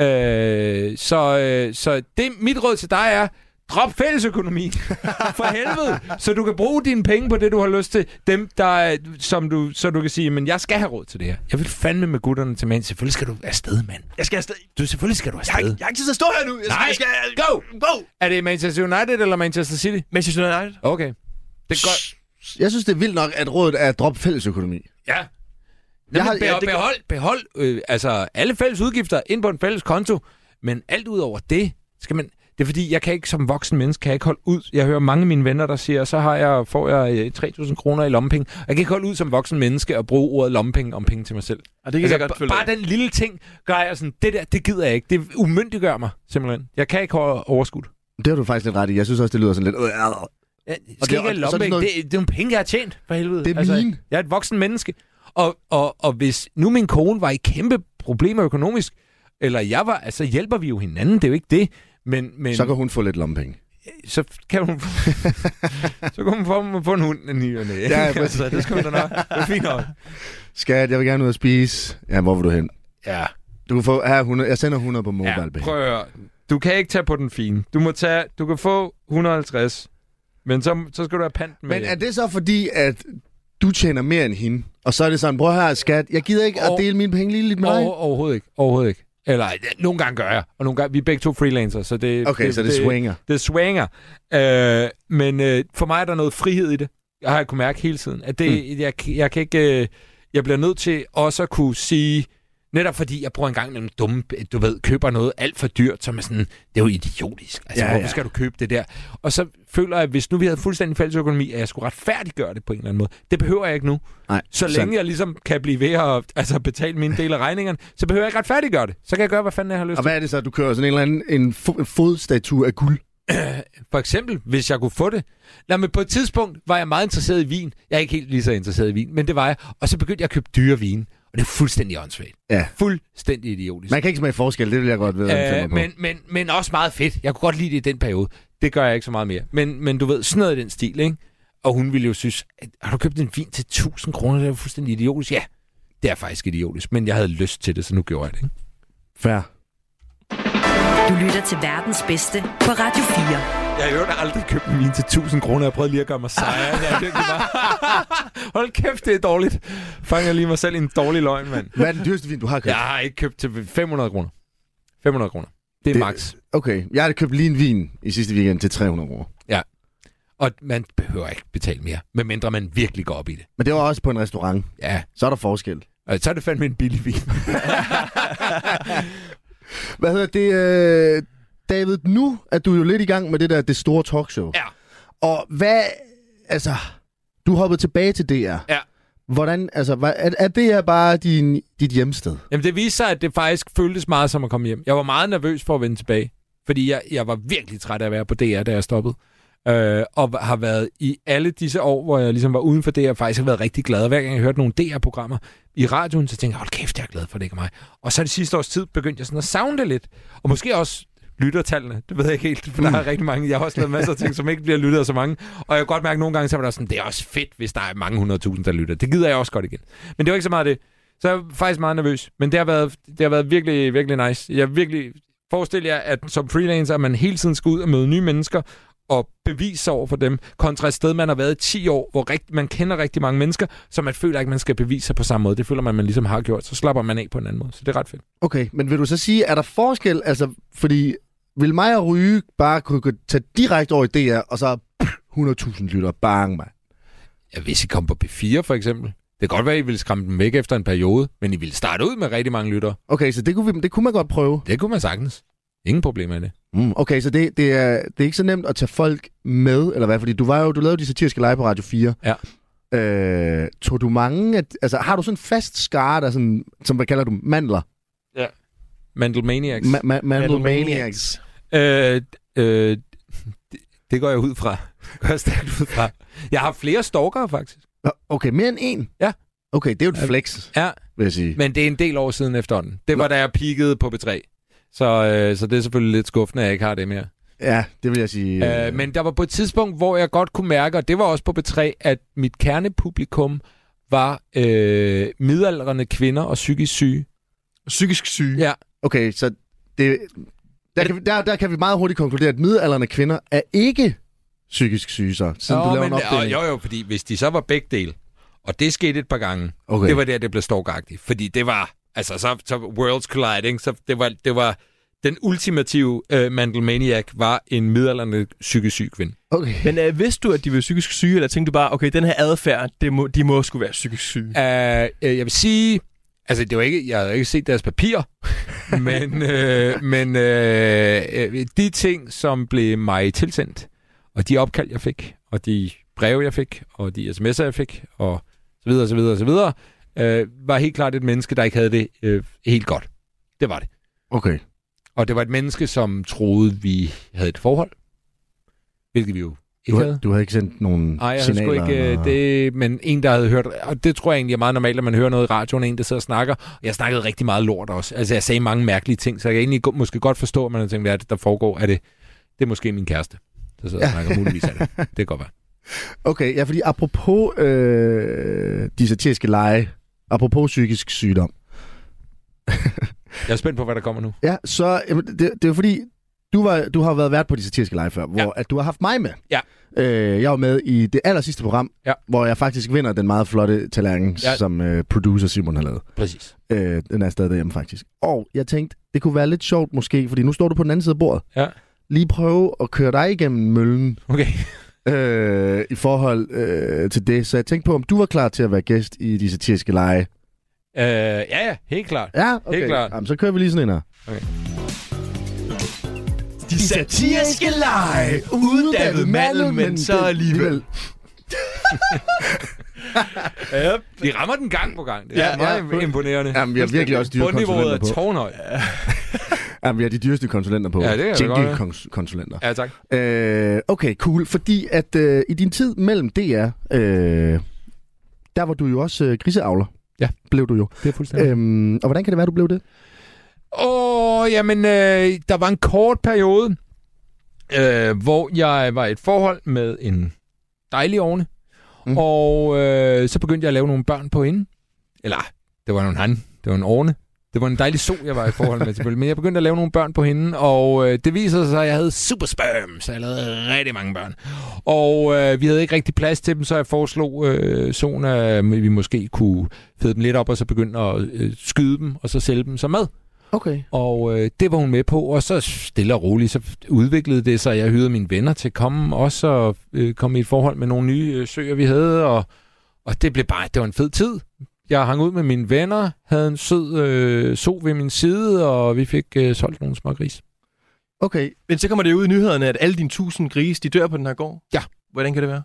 Øh, så, øh, så det, mit råd til dig er, drop fællesøkonomi. For helvede. Så du kan bruge dine penge på det, du har lyst til. Dem, der, er- som du, så du kan sige, men jeg skal have råd til det her. Jeg vil fandme med gutterne til mand. Selvfølgelig skal du afsted, mand.
Jeg skal afsted.
Du, selvfølgelig skal du
Jeg har,
afsted.
ikke- jeg har ikke tid til at stå her nu. Jeg
Nej,
skal, jeg skal,
go!
Go!
Er det Manchester United eller Manchester City?
Manchester United.
Okay. Det er godt.
Jeg synes, det er vildt nok, at rådet er at droppe fællesøkonomi.
Ja. Nå,
har-
men
ja,
behold,
det gør-
behold, behold øh, altså alle fælles udgifter ind på en fælles konto, men alt ud over det, skal man... Det er fordi, jeg kan ikke som voksen menneske, kan jeg ikke holde ud. Jeg hører mange af mine venner, der siger, så har jeg, får jeg øh, 3.000 kroner i lommepenge. Og Jeg kan ikke holde ud som voksen menneske og bruge ordet lommepenge om penge til mig selv.
Og det kan
Altså,
jeg godt
b-
følge
bare den lille ting gør jeg sådan, det der, det gider jeg ikke. Det umyndiggør mig, simpelthen. Jeg kan ikke holde overskud.
Det har du faktisk lidt ret i. Jeg synes også, det lyder sådan lidt... Øh, øh,
Jeg
Og
skal
det-
ikke have
og- så er det
lommepenge.
noget-
Det, det er nogle penge, jeg har tjent, for helvede. Altså,
Det er mine.
Jeg er et voksen menneske. Og, og, og hvis nu min kone var i kæmpe problemer økonomisk, eller jeg var, altså hjælper vi jo hinanden, det er jo ikke det. Men, men
Så kan hun få lidt lommepenge.
så kan hun så kan hun få, få en hund en ny og næ.
Ja, ja, præcis.
altså, det skal hun da nok. Det er fint nok.
Skat, jeg vil gerne ud og spise. Ja, hvor vil du hen?
Ja,
Du kan få her er 100. Jeg sender 100 på
ja.
mobile ja,
prøv at høre. Du kan ikke tage på den fine. Du må tage, du kan få 150, men så, så skal du have pant med.
Men er det så fordi, at du tjener mere end hende? Og så er det sådan, prøv her, skat, jeg gider ikke at
Og-
dele mine penge lige lidt med dig.
Over, overhovedet ikke. Overhovedet ikke. Eller, ja, nogle gange gør jeg, og nogle gange, vi er begge to freelancer, så det...
Okay, så det swinger.
Det swinger. Øh, men øh, for mig er der noget frihed i det. Jeg har kunnet mærke hele tiden, at det, mm. jeg, jeg kan ikke... Øh, jeg bliver nødt til også at kunne sige... Netop fordi jeg bruger en gang imellem dumme, du ved, køber noget alt for dyrt, som er sådan, det er jo idiotisk. Altså, ja,
Ja,
hvorfor
ja.
skal du købe det der? Og så føler jeg, at hvis nu vi havde fuldstændig fælles økonomi, at jeg skulle retfærdiggøre det på en eller anden måde. Det behøver jeg ikke nu.
Nej,
Så længe jeg ligesom kan blive ved at altså, betale min del af regningerne, så behøver jeg ikke retfærdiggøre det. Så kan jeg gøre, hvad fanden jeg har lyst
Og
til.
hvad er det så, du kører sådan en eller anden en fo- en fodstatue af guld?
For eksempel, hvis jeg kunne få det. Nå, men på et tidspunkt var jeg meget interesseret i vin. Jeg er ikke helt lige så interesseret i vin, men det var jeg. Og så begyndte jeg at købe dyre vin. Og det er fuldstændig åndssvagt.
Ja.
Fuldstændig idiotisk.
Man kan ikke smage forskel, det vil jeg godt vide, hvad jeg
Øh,
på.
men, men, men også meget fedt. Jeg kunne godt lide det i den periode. Det gør jeg ikke så meget mere. Men, men du ved, sådan noget i den stil, ikke? Og hun ville jo synes, at, har du købt en vin til 1000 kroner? Det er jo fuldstændig idiotisk. Ja, det er faktisk idiotisk, men jeg havde lyst til det, så nu gjorde jeg det. Ikke?
Fair.
Du lytter til verdens bedste på Radio 4.
Jeg har i øvrigt aldrig købt en vin til 1000 kroner. Jeg prøvede lige at gøre mig sejre. Jeg er virkelig bare... Hold kæft, det er dårligt. Fanger lige mig selv i en dårlig løgn, mand.
Hvad er den dyreste vin, du har købt?
Jeg har ikke købt til 500 kroner. 500 kroner. Det er
Det-
max.
Okay, jeg har købt lige en vin i sidste weekend til 300 kroner.
Og man behøver ikke betale mere, medmindre man virkelig går op i det.
Men det var også på en restaurant.
Ja,
Så er der forskel.
og så er det fandme en billig vin.
Hvad hedder det, øh, David? Nu er du jo lidt i gang med det der det store talkshow.
Ja.
Og hvad... Altså, du hoppede tilbage til DR.
Ja.
Hvordan, altså, hvad, er, er det her bare din, dit hjemsted?
Jamen, det viste sig, at det faktisk føltes meget som at komme hjem. Jeg var meget nervøs for at vende tilbage, fordi jeg, jeg var virkelig træt af at være på DR, da jeg stoppede. Øh, og har været i alle disse år, hvor jeg ligesom var uden for DR, faktisk har været rigtig glad. Og Hver gang jeg hørte nogle DR-programmer i radioen, så tænkte jeg, hold kæft, jeg er glad for, at det ikke er mig. Og så det sidste års tid begyndte jeg sådan at savne det lidt. Og måske også lyttertallene, det ved jeg ikke helt, for der er rigtig mange. Jeg har også lavet masser af ting, som ikke bliver lyttet af så mange. Og jeg kan godt mærke, at nogle gange så var der sådan, det er også fedt, hvis der er mange hundredtusind, der lytter. Det gider jeg også godt igen. Men det var ikke så meget det. Så jeg er faktisk meget nervøs. Men det har været, det har været virkelig, virkelig nice. Jeg virkelig forestil jer, at som freelancer, man hele tiden skal ud og møde nye mennesker og bevise sig over for dem, kontra et sted, man har været i 10 år, hvor rigt, man kender rigtig mange mennesker, så man føler ikke, man skal bevise sig på samme måde. Det føler man, man ligesom har gjort. Så slapper man af på en anden måde. Så det er ret fedt.
Okay, men vil du så sige, er der forskel? Altså, fordi vil mig og Ryge bare kunne gå- tage direkte over i DR, og så pff, 100.000 lytter, bang, mand.
Ja, hvis I kom på P4 for eksempel, det kan godt være, at I ville skræmme dem væk efter en periode, men I ville starte ud med rigtig mange lyttere.
Okay, så det kunne, vi, det kunne man godt prøve.
Det kunne man sagtens. Ingen problemer i det.
Mm. Okay, så det, det, er, det er ikke så nemt at tage folk med, eller hvad? Fordi du, var jo, du lavede jo de satiriske lege på Radio 4.
Ja.
Øh, tog du mange... At, altså, har du sådan en fast skare, der sådan, som hvad kalder du, mandler?
Mandelmaniacs.
Ma- ma- Mandelmaniacs.
Øh, øh, det, det går jeg ud fra. Går jeg stærkt ud fra. Jeg har flere stalkere, faktisk.
Nå, Okay, mere end en?
Ja.
Okay, det er jo et flex,
Ja,
vil jeg sige.
men det er en del år siden efterhånden. Det var, da jeg peakede på B3. Så, øh, så det er selvfølgelig lidt skuffende, at jeg ikke har det mere.
Ja, det vil jeg sige.
Yeah. Øh, men der var på et tidspunkt, hvor jeg godt kunne mærke, og det var også på B3, at mit kernepublikum var øh, midaldrende kvinder og psykisk syge.
Psykisk syge.
Ja.
Okay, så det, der, kan, vi- der, der kan vi meget hurtigt konkludere, at midalderne kvinder er ikke psykisk syge, så, siden du laver en opdeling.
jo, jo, fordi hvis de så var begge dele, og det skete et par gange,
Okay.
Okay. Det var der, det blev stalkagtigt. Fordi det var, altså så, så Worlds Collide, ikke? Så det var, det var den ultimative øh, Mandelmaniac var en midalderne psykisk syg kvinde.
Okay.
Men øh, vidste du, at de var psykisk syge, eller tænkte du bare, okay, den her adfærd, det må, de må skulle være psykisk syge?
Uh, jeg vil sige, altså det var ikke, jeg havde ikke set deres papirer, men, øh, men øh, øh, de ting, som blev mig tilsendt, og de opkald, jeg fik, og de breve, jeg fik, og de sms'er, jeg fik, og så videre, så videre, så videre, øh, var helt klart et menneske, der ikke havde det øh, helt godt. Det var det.
Okay.
Og det var et menneske, som troede, vi havde et forhold. Hvilket vi jo ikke
Du,
havde.
havde, du havde ikke sendt nogen
Nej, jeg havde
signaler?
sgu ikke øh,
eller-
det, men en, der havde hørt, og det tror jeg egentlig er meget normalt, at man hører noget i radioen, en, der sidder og snakker. Jeg snakkede rigtig meget lort også. Altså, jeg sagde mange mærkelige ting, så jeg kan egentlig go- måske godt forstå, at man har tænkt, hvad er det, der foregår? Er det, det er måske min kæreste, der sidder og snakker muligvis af det. Det kan godt være.
Okay, ja, fordi apropos øh, de satiriske lege, apropos psykisk sygdom,
Jeg er spændt på, hvad der kommer nu.
ja, så jamen, det, det er jo fordi, du, var, du har været vært på de satiriske lege før, hvor
Ja.
at du har haft mig med.
Ja.
Øh, jeg var med i det aller sidste program,
Ja.
hvor jeg faktisk vinder den meget flotte tallerken,
Ja.
ja. som øh, producer Simon har lavet.
Præcis.
Øh, den er stadig derhjemme, faktisk. Og jeg tænkte, det kunne være lidt sjovt måske, fordi nu står du på den anden side af bordet.
Ja.
Lige prøve at køre dig igennem møllen
Okay.
øh, i forhold øh, til det. Så jeg tænkte på, om du var klar til at være gæst i de satiriske lege.
Øh, ja, ja, helt klart.
Ja, okay.
Helt klart.
Jamen, så kører vi lige sådan en her.
De satiriske lege, uddannet manden, men så alligevel. Yep.
De rammer den gang på gang. Det
Ja,
er ja, meget
ja.
ja, imponerende.
Jamen, vi har virkelig også dyre
Bundniveauet
konsulenter
er
på.
tårnhøjt.
Jamen, vi har de dyreste konsulenter på.
Ja, det kan jeg da godt
konsulenter.
Ja, tak.
Øh, okay, cool. Fordi at øh, i din tid mellem DR, øh, der var du jo også øh, griseavler.
Ja.
Blev du jo.
Det er fuldstændig.
Øhm, og hvordan kan det være, du blev det?
Åh, oh, jamen, øh, der var en kort periode, øh, hvor jeg var i et forhold med en dejlig ovne.
Mm.
Mm. Og øh, så begyndte jeg at lave nogle børn på hende. Eller, det var jo en han, det var en ovne. Det var en dejlig sol, jeg var i forhold med selvfølgelig. Men jeg begyndte at lave nogle børn på hende, og øh, det viser sig, at jeg havde supersperm, så jeg lavede rigtig mange børn. Og øh, vi havde ikke rigtig plads til dem, så jeg foreslog øh, Solen, at vi måske kunne fede dem lidt op, og så begynde at øh, skyde dem, og så sælge dem som mad.
Okay.
Og øh, det var hun med på, og så stille og roligt, så udviklede det sig. Jeg hyrede mine venner til at komme også og øh, komme i et forhold med nogle nye øh, søger, vi havde. Og, og det blev bare, det var en fed tid. Jeg hang ud med mine venner, havde en sød øh, so ved min side, og vi fik øh, solgt nogle små gris.
Okay,
Men så kommer det ud i nyhederne, at alle dine tusind grise, de dør på den her gård.
Ja.
Hvordan kan det være?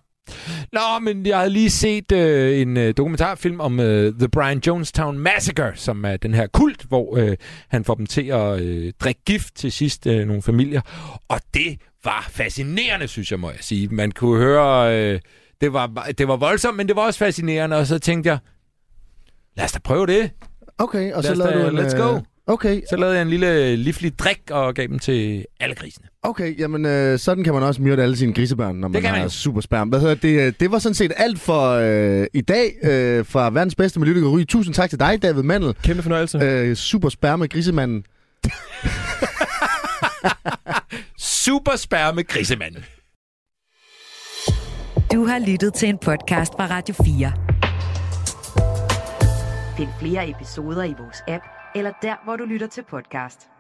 Nå, men jeg havde lige set øh, en øh, dokumentarfilm om øh, The Brian Jonestown Massacre, som er den her kult, hvor øh, han får dem til at øh, drikke gift til sidst øh, nogle familier. Og det var fascinerende, synes jeg, må jeg sige. Man kunne høre, øh, det, var, det var voldsomt, men det var også fascinerende, og så tænkte jeg, lad os da prøve det.
Okay, og
Lad
så
os
lavede
da-
du en...
let's go.
øh, Okay,
Så lavede jeg en lille livlig drik og gav dem til alle grisene.
okay. Jamen, øh, sådan kan man også myrde alle sine grisebørn, når man,
kan man
har
jo.
super sperm. Hvad hedder det? Øh, Det var sådan set alt for øh, i dag øh, fra verdens bedste miljølykke Ry. Tusind tak til dig, David Mandel.
Kæmpe fornøjelse.
Øh, super sperme grisemanden.
Super spærme grisemanden.
Du har lyttet til en podcast fra Radio 4. Find flere episoder i vores app, eller der, hvor du lytter til podcast.